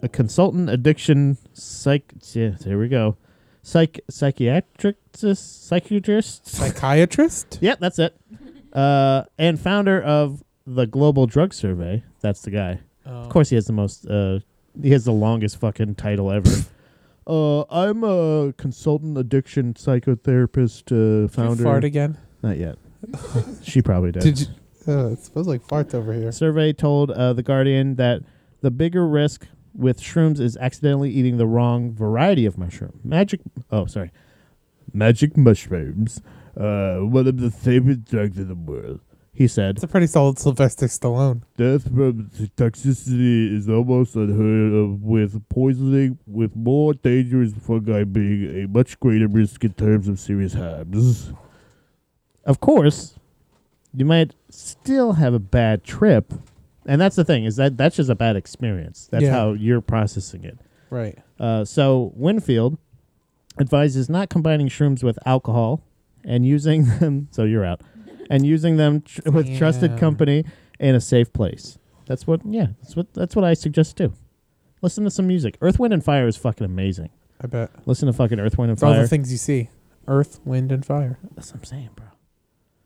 a consultant addiction psych. Yeah, there we go. Psych psychiatric psychiatrist. Psychiatrist? Yep, that's it. Uh, and founder of the Global Drug Survey. That's the guy. Oh. Of course, he has the most. Uh, he has the longest fucking title ever. uh, I'm a consultant addiction psychotherapist uh, Did founder. you fart again? Not yet. she probably did. Did you? Uh, it smells like farts over here. Survey told uh, the Guardian that the bigger risk with shrooms is accidentally eating the wrong variety of mushroom. Magic. Oh, sorry. Magic mushrooms. Uh, one of the favorite drugs in the world. He said. It's a pretty solid Sylvester Stallone. Death from toxicity is almost unheard of, with poisoning with more dangerous fungi being a much greater risk in terms of serious harms. Of course, you might still have a bad trip, and that's the thing is that that's just a bad experience. That's Yeah. how you're processing it. Right. Uh, so Winfield advises not combining shrooms with alcohol and using them. So you're out, and using them tr- with trusted Damn. company in a safe place. That's what. Yeah, that's what. That's what I suggest do. Listen to some music. Earth, Wind, and Fire is fucking amazing. I bet. Listen to fucking Earth, Wind, and It's all Fire. the things you see. Earth, wind, and fire. That's what I'm saying, bro.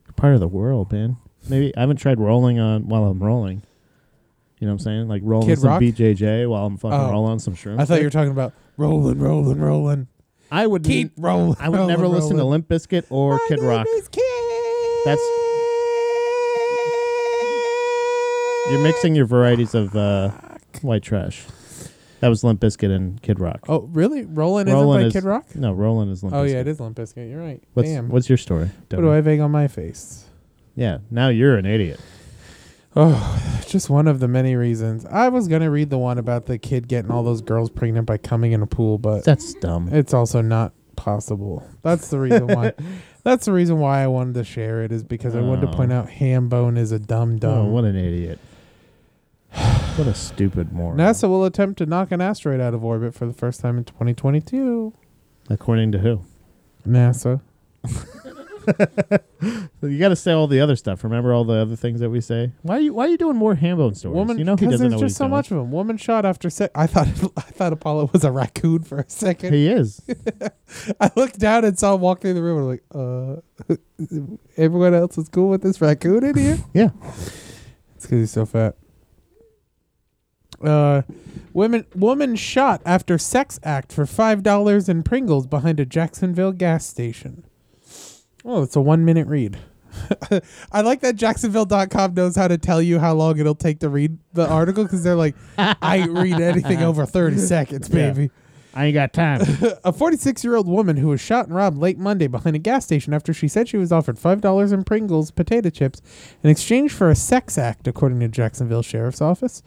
You're part of the world, man. Maybe I haven't tried rolling on while I'm rolling. You know what I'm saying? Like rolling Kid some Rock? BJJ while I'm fucking Oh. rolling on some shrooms. I thought you were talking about rolling, rolling, rolling. I would Keep rolling. I would never rolling, listen to rolling. Limp Bizkit or Oh, My Kid name Rock. is Kid. That's you're mixing your varieties of uh, white trash. That was Limp Bizkit and Kid Rock. Oh, really? Rolling, Roland isn't by is- Kid Rock? No, Roland is Limp. Oh Bizkit. yeah, it is Limp Bizkit. You're right. What's Damn. what's your story? what Devin? do I bang on my face? yeah, now you're an idiot. Oh, just one of the many reasons. I was gonna read the one about the kid getting all those girls pregnant by coming in a pool, but That's dumb. it's also not possible. That's the reason why. That's the reason why I wanted to share it is because I wanted Oh. to point out Hambone is a dumb Oh, dumb. what an idiot. what a stupid moron. NASA will attempt to knock an asteroid out of orbit for the first time in 2022. According to who? NASA. you got to say all the other stuff. Remember all the other things that we say. Why are you Why are you doing more Hambone stories? Woman, you know he because doesn't there's know what just he's so doing. much of them. Woman shot after sex. I thought I thought Apollo was a raccoon for a second. He is. I looked down and saw him walk through the room. and I'm like, uh, everyone else is cool with this raccoon in here. Yeah. It's because he's so fat. Uh, women woman shot after sex act for five dollars in Pringles behind a Jacksonville gas station. Oh, it's a one minute read. I like that Jacksonville.com knows how to tell you how long it'll take to read the article because they're like, I ain't read anything over thirty seconds, Yeah. baby. I ain't got time. A 46 year old woman who was shot and robbed late Monday behind a gas station after she said she was offered $5 in Pringles potato chips in exchange for a sex act, according to Jacksonville Sheriff's Office.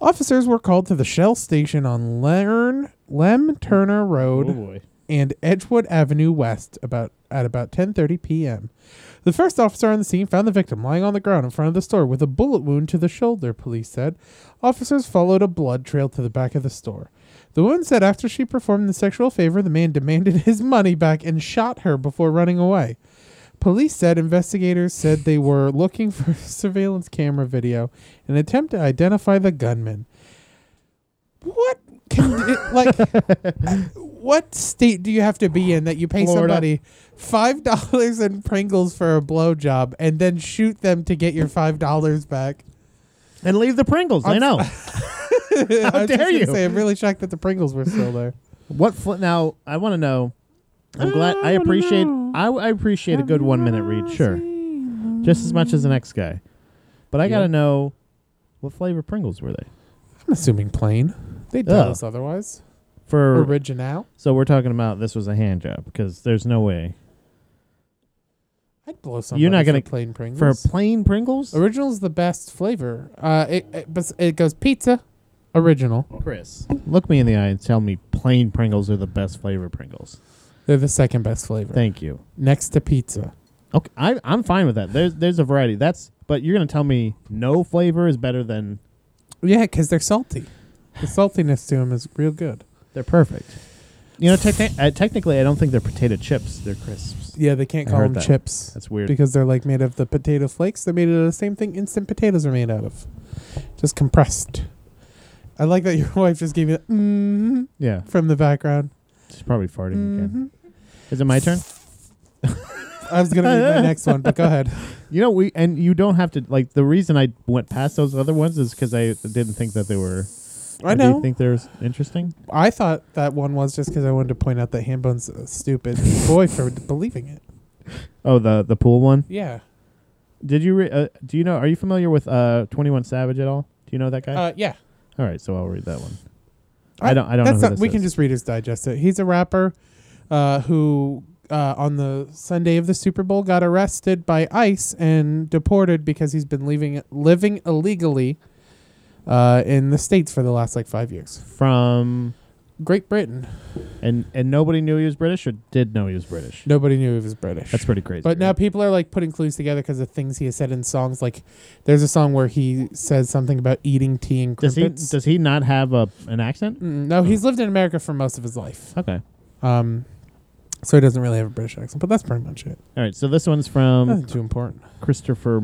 Officers were called to the Shell station on Lern, Lem Turner oh Road boy. and Edgewood Avenue West about at about 10:30 p.m. The first officer on the scene found the victim lying on the ground in front of the store with a bullet wound to the shoulder, police said. Officers followed a blood trail to the back of the store. The woman said after she performed the sexual favor, the man demanded his money back and shot her before running away. Police said investigators said they were looking for surveillance camera video in an attempt to identify the gunman. What can it, like what state do you have to be in that you pay Florida. somebody five dollars in Pringles for a blowjob and then shoot them to get your five dollars back? And leave the Pringles. I I'm- know. I was dare just gonna you. Say, I'm really shocked that the Pringles were still there. What fl- now? I want to know. I'm glad. I I wanna appreciate. know. I, I appreciate a good one minute read. Sure, just as much as the next guy. But I gotta know what flavor Pringles were they I'm assuming plain. They tell Ugh. us otherwise. for? Original. so we're talking about this was a hand job because there's no way I'd blow somebody. You're not gonna- for plain Pringles for plain Pringles. Original's the best flavor. Uh, it, it bes- it goes pizza, original. Chris, look me in the eye and tell me plain Pringles are the best flavor Pringles. They're the second best flavor, Thank you. next to pizza. Okay, I, I'm fine with that. There's there's a variety. That's but you're gonna tell me no flavor is better than Yeah, because they're salty. The saltiness to them is real good. They're perfect. You know, techni- uh, technically, I don't think they're potato chips. They're crisps. Yeah, they can't I call heard them that. chips That's weird. because they're like made of the potato flakes. They're made out of the same thing instant potatoes are made out of, just compressed. I like that your wife just gave you that mm yeah, from the background. she's probably farting again. Mhm. Is it my turn? I was gonna read my next one, but go ahead. You know, we and you don't have to like. The reason I went past those other ones is because I didn't think that they were. I Do know. you think they're interesting? I thought that one was just because I wanted to point out that Hambone's a stupid boy for believing it. Oh, the the pool one. Yeah. Did you? Re- uh, do you know? Are you familiar with uh Twenty One Savage at all? Do you know that guy? Uh, yeah. all right, so I'll read that one. I don't- I don't know That's who this we can is. just read his digest. It. He's a rapper uh, who, uh, on the Sunday of the Super Bowl, got arrested by ICE and deported because he's been leaving, living illegally uh, in the states for the last like five years. From Great Britain. and and nobody knew he was British or did know he was British. Nobody knew he was British. That's pretty crazy. But now right? people are like putting clues together because of things he has said in songs. Like, there's a song where he says something about eating tea and does he crumpets. does he not have a an accent? Mm, no, he's lived in America for most of his life, Okay. um, so he doesn't really have a British accent. But that's pretty much it. All right, so this one's from Nothing too important. Christopher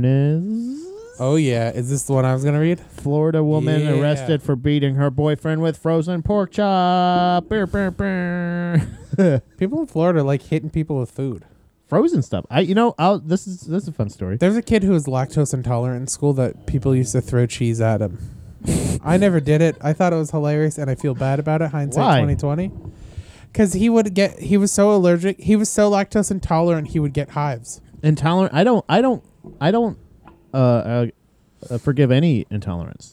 Maldunez. Oh yeah, is this the one I was gonna read? Florida woman Yeah. arrested for beating her boyfriend with frozen pork chop. Brr, brr, brr. People in Florida like hitting people with food. frozen stuff. I, you know, I'll, this is this is a fun story. There's a kid who was lactose intolerant in school that people used to throw cheese at him. I never did it. I thought it was hilarious, and I feel bad about it. Why? Hindsight 2020. Because he would get, he was so allergic, he was so lactose intolerant, he would get hives. Intolerant. I don't. I don't. I don't. Uh, uh, uh forgive any intolerance.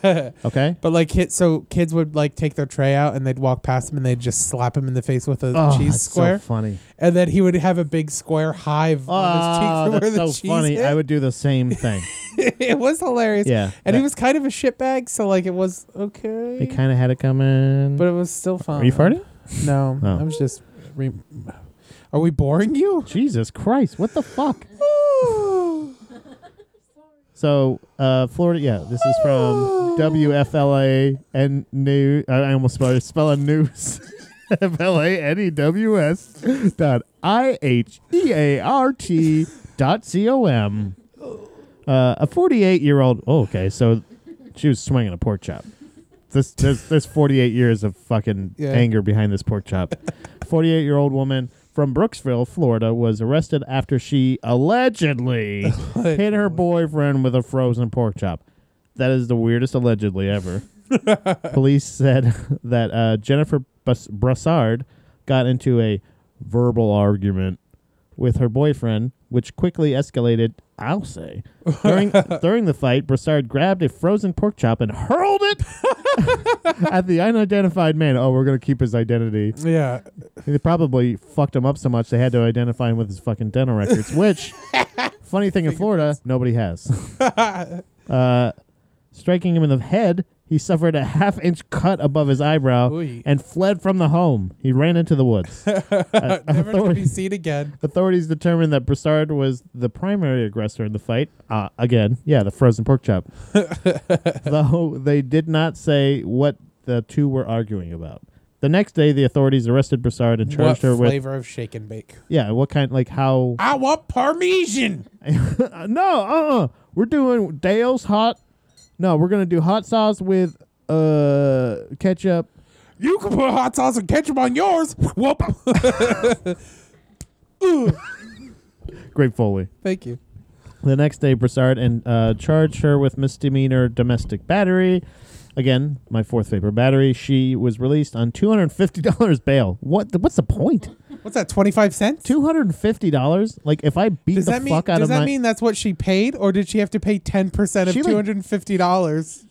okay. But like, hit so kids would like take their tray out and they'd walk past him and they'd just slap him in the face with a Oh, cheese that's square, So funny. and then he would have a big square hive Oh, on his cheek that's from where so the cheese funny. hit. I would do the same thing. it was hilarious. Yeah. And he That- was kind of a shitbag, so like it was okay. they kind of had it coming. but it was still fun. Are you farting? No, Oh. I was just. Re- Are we boring you? Jesus Christ! What the fuck? So, uh, Florida, yeah, this is from WFLA and new. I I almost spelled spell a news. F L A N E W S dot I H E A R T dot C O M. Uh, a 48 year old. Oh, okay. So she was swinging a pork chop. This, there's, there's 48 years of fucking Yeah. anger behind this pork chop. 48 year old woman from Brooksville, Florida, was arrested after she allegedly hit her boyfriend with a frozen pork chop. That is the weirdest allegedly ever. Police said that uh, Jennifer Bus- Brassard got into a verbal argument with her boyfriend, which quickly escalated. I'll say during during the fight, Brassard grabbed a frozen pork chop and hurled it at the unidentified man. Oh, we're gonna keep his identity. Yeah. They probably fucked him up so much they had to identify him with his fucking dental records, which, funny thing in Florida, nobody has. uh, striking him in the head, he suffered a half inch cut above his eyebrow Oy. and fled from the home. He ran into the woods. Uh, Never to be authorities- seen again. Authorities determined that Broussard was the primary aggressor in the fight. Uh, again, yeah, the frozen pork chop. Though they did not say what the two were arguing about. The next day, the authorities arrested Broussard and What charged her with flavor of shake and bake? yeah, what kind? Like how? I want Parmesan. Uh, no, uh, uh we're doing Dale's hot. No, we're gonna do hot sauce with uh ketchup. You can put hot sauce and ketchup on yours. Whoop. Grape Foley. Thank you. The next day, Broussard and uh, charged her with misdemeanor domestic battery. Again, my fourth paper battery. She was released on two hundred fifty dollars bail. What? The, what's the point? What's that? Twenty five cents? Two hundred fifty dollars? Like if I beat Does the that mean? fuck out Does of that my mean that's what she paid, or did she have to pay ten percent of She, two like- hundred and fifty dollars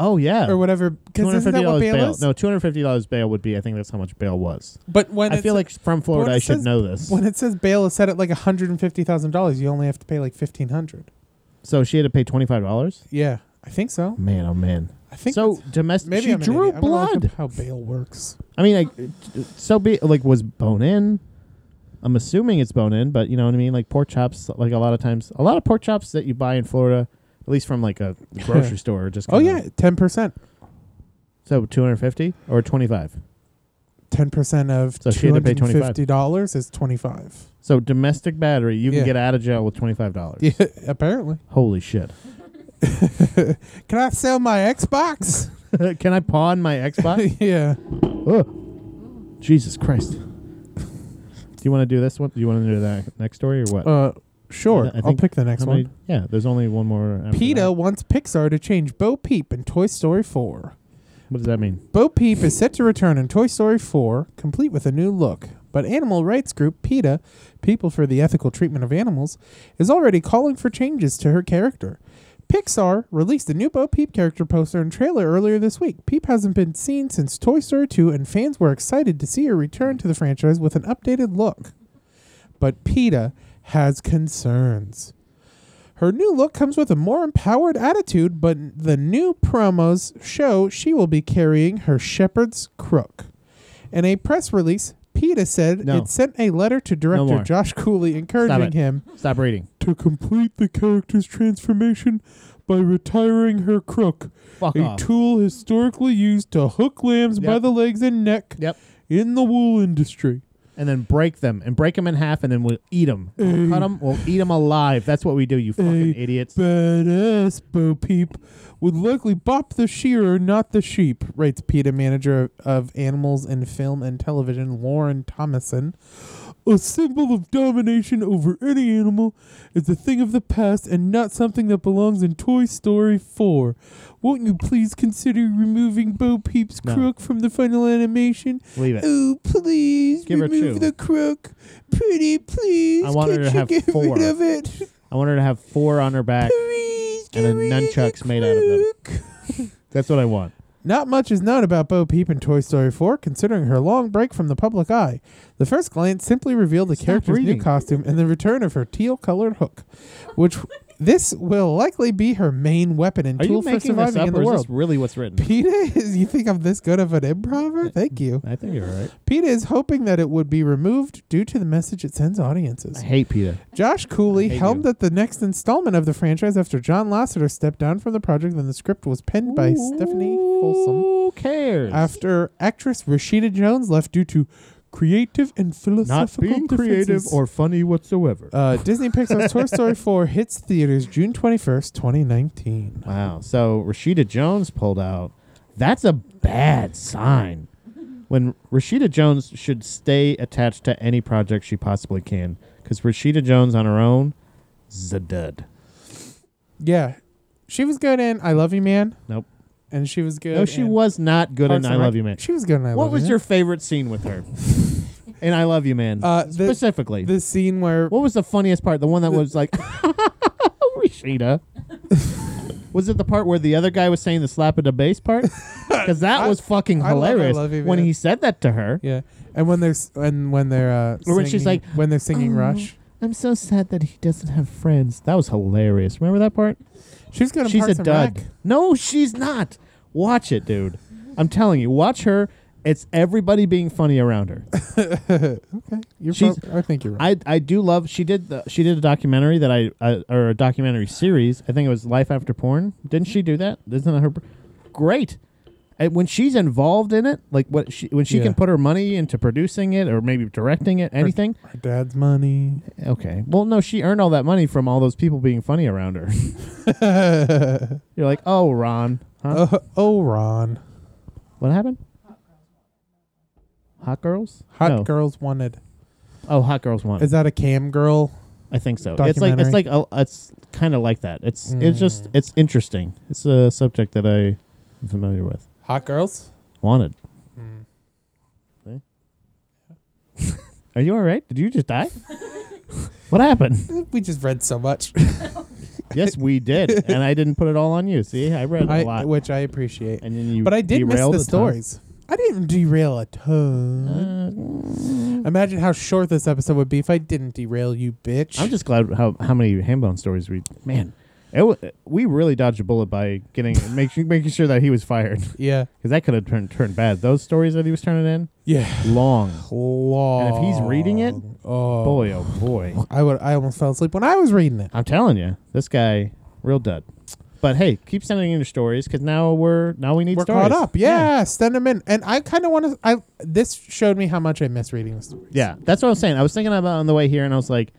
oh yeah or whatever? two Because hundred isn't fifty that what dollars bail, bail? is? No, two hundred fifty dollars bail would be. I think that's how much bail was. but when I it's- feel like from but when Florida, it I should says- know this. When it says bail is set at like hundred and fifty thousand dollars, you only have to pay like fifteen hundred. So she had to pay twenty five dollars. Yeah, I think so. Man, oh man. I think so. that's- Domestic. Maybe she I'm an drew idiot. I'm gonna look up blood. how bail works? I mean, like, so be like was bone in. I'm assuming it's bone in, but you know what I mean. Like pork chops, like a lot of times, a lot of pork chops that you buy in Florida, at least from like a grocery store, are just Oh kinda- yeah, ten percent. So two hundred fifty or twenty five. Ten percent of So she two had to hundred pay and 25. fifty dollars is twenty five. So domestic battery, you Yeah. can get out of jail with twenty five dollars. Yeah, apparently. Holy shit! Can I sell my Xbox? can I pawn my Xbox? yeah. oh, Jesus Christ! do you want to do this one? Do you want to do that next story or what? Uh, sure. I I'll think- pick the next How many- one. Yeah, there's only one more. after PETA that. wants Pixar to change Bo Peep in Toy Story 4. What does that mean? Bo Peep is set to return in Toy Story 4, complete with a new look. But animal rights group PETA, People for the Ethical Treatment of Animals, is already calling for changes to her character. Pixar released a new Bo Peep character poster and trailer earlier this week. Peep hasn't been seen since Toy Story 2, and fans were excited to see her return to the franchise with an updated look. But PETA has concerns. Her new look comes with a more empowered attitude, but the new promos show she will be carrying her shepherd's crook. In a press release, PETA said No. it sent a letter to director more. Josh Cooley encouraging it. him Stop reading. to complete the character's transformation by retiring her crook, Fuck a off. tool historically used to hook lambs by Yep. the legs and neck Yep. in the wool industry. And then break them and break them in half, and then we'll eat them. We'll cut them. We'll eat them alive. That's what we do. You fucking Hey. idiots. Badass Bo Peep would likely bop the shearer, not the sheep, writes PETA manager of animals in film and television, Lauren Thomason. A symbol of domination over any animal is a thing of the past and not something that belongs in Toy Story 4. Won't you please consider removing Bo Peep's No. crook from the final animation? Leave it. Oh, please Give her remove two. the crook. Pretty, please. I want Can't her to you have get four. rid of it? I want her to have four on her back. and then nunchucks made out of them. That's what I want. Not much is known about Bo Peep in Toy Story 4, considering her long break from the public eye. The first glance simply revealed the character's new reading. costume and the return of her teal colored hook, which This will likely be her main weapon and Are tool you for making this surviving up, in or the is world. this really what's written? PETA is, you think I'm this good of an improver? Thank you. I think you're right. PETA is hoping that it would be removed due to the message it sends I audiences. hate PETA. Josh Cooley I hate helmed you. at the next installment of the franchise after John Lasseter stepped down from the project and the script was penned by Stephanie Folsom Who cares? after actress Rashida Jones left due to creative and philosophical differences. funny whatsoever. uh, Disney Pixar's Toy Story 4 hits theaters June 21st, 2019. Wow. So Rashida Jones pulled out. That's a bad sign. When Rashida Jones should stay attached to any project she possibly can, because Rashida Jones on her own is a dud. Yeah. She was good in I Love You Man. Nope. And she was good. No, she in was not good Parks in and I Rec. Love You Man. She was good in I Love What You was Man. your favorite scene with her? in I Love You Man, Uh, the- specifically. the scene where what was the funniest part? The one that was like, Rashida. was it the part where the other guy was saying the slap of the bass part? Because that was fucking I love I hilarious Love You when Man. he said that to her. yeah, and when they're s- and when they're uh, Or when she's singing- like, when they're singing "Oh." Rush, I'm so sad that he doesn't have friends. That was hilarious. Remember that part? she's gonna. she's a Parks and Rec. dud. No, she's not. Watch it, dude. I'm telling you, watch her. It's everybody being funny around her. Okay, you're She's- prob- I think you're right. I I do love. She did the, she did a documentary that I uh, or a documentary series. I think it was Life After Porn. Didn't she do that? Isn't that her? pr- Great. And when she's involved in it, like what she when she Yeah. can put her money into producing it or maybe directing it, anything. My dad's money. Okay. Well, no, she earned all that money from all those people being funny around her. You're like, oh, Ron, huh? Uh, oh, Ron. What happened? Hot girls. Hot No. girls wanted. Oh, hot girls one. Is that a cam girl? I think so. It's like it's Documentary. Mm. like a, it's kind of like that. It's it's just it's interesting. It's a subject that I am familiar with. Hot girls. Wanted. Mm. See? Are you all right? Did you just die? what happened? We just read so much, yes, we did, and I didn't put it all on you. See, I read a I, lot, which I appreciate. and then you. But I did miss derailed the a ton. stories. I didn't derail a ton. Uh, Imagine how short this episode would be if I didn't derail you, bitch. I'm just glad how how many handbone stories we man. It wa we really dodged a bullet by getting making making sure that he was fired because yeah, that could have turned turned bad. Those stories that he was turning in, yeah. long. Long. And if he's reading it, oh Boy, oh boy. I would. I almost fell asleep when I was reading it. I'm telling you, this guy, real dud. But hey, keep sending in your stories because now we're now we need We're stories. caught up. Yeah, send them in. And I kind of want to. I this showed me how much I miss reading the stories. yeah, that's what I was saying. I was thinking about it on the way here, and I was like,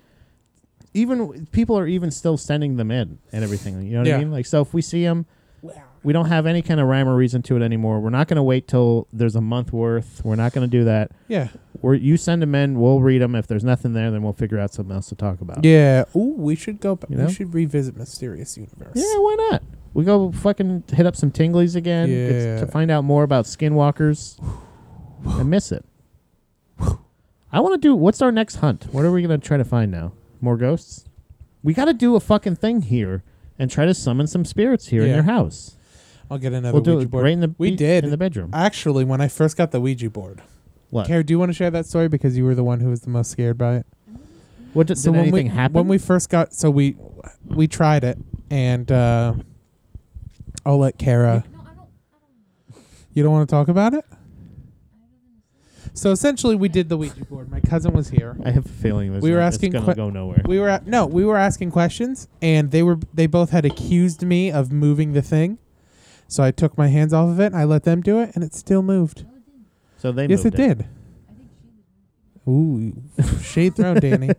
even people are even still sending them in and everything. You know what Yeah. I mean? Like, so if we see them, we don't have any kind of rhyme or reason to it anymore. We're not going to wait till there's a month worth. We're not going to do that. Yeah. We're, you send them in, we'll read them. If there's nothing there, then we'll figure out something else to talk about. Yeah. Um, Ooh, we should go. back. You know? We should revisit Mysterious Universe. Yeah, why not? We go fucking hit up some Tinglies again get s- Yeah. to find out more about skinwalkers. I miss it. I want to do. What's our next hunt? What are we gonna try to find now? More ghosts? We got to do a fucking thing here and try to summon some spirits here in Yeah. your house. I'll get another We'll do Ouija it board. right in the we be- did in the bedroom. Actually, when I first got the Ouija board, What? Kara, do you want to share that story because you were the one who was the most scared by it? what did, did when anything we, happen? When we first got, so we we tried it, and uh, I'll let Kara. You don't want to talk about it. So essentially, we did the Ouija board. My cousin was here. I have a feeling this we were is- asking it's gonna que- go nowhere. We were at, no, we were asking questions, and they were they both had accused me of moving the thing. So I took my hands off of it, and I let them do it, and it still moved. so they yes, it, moved did. Ooh, shade thrown, Danny.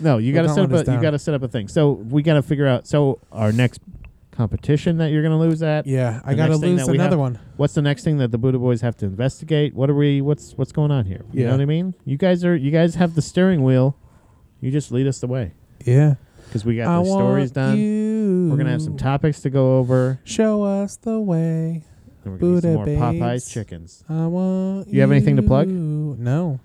No, you Well, that got to set up. one is A, you down. got to set up a thing. So we got to figure out. So our next competition that you're gonna lose at. Yeah, I The gotta next thing lose that we another have- one. What's the next thing that the Buddha Boys have to investigate? What are we? What's what's going on here? You Yeah. know what I mean? You guys are. You guys have the steering wheel. You just lead us the way Yeah, because we I got the want stories done. You. We're gonna have some topics to go over. Show us the way. And we're gonna eat some more Buddha babes. Popeyes chickens. I want. You have anything to plug? you. No.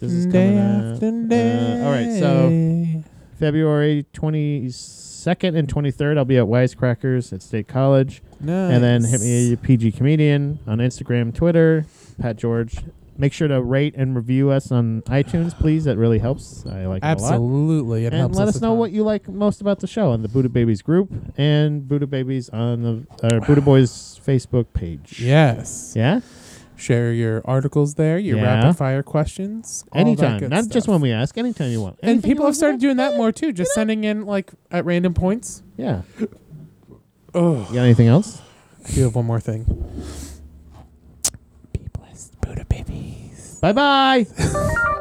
This is Day coming. after up, day. uh, all right, so February twenty second and twenty third, I'll be at Wisecrackers at State College. Nice. And then hit me PG Comedian on Instagram, Twitter, Pat George Make sure to rate and review us on iTunes, please. That really helps. I like it a lot. Absolutely, it And helps let us a know ton. what you like most about the show on the Buddha Babies group and Buddha Babies on the uh, Buddha Boys Facebook page. Yes. Yeah? Share your articles there, your Yeah. rapid fire questions. all that Anytime. good Not just stuff. when we ask, anytime you want. And Anything you people have want, started doing that yeah. more too, just sending in like at random points. Yeah. Oh, You got anything else? I do have one more thing. Be blessed, Buddha babies. Bye bye.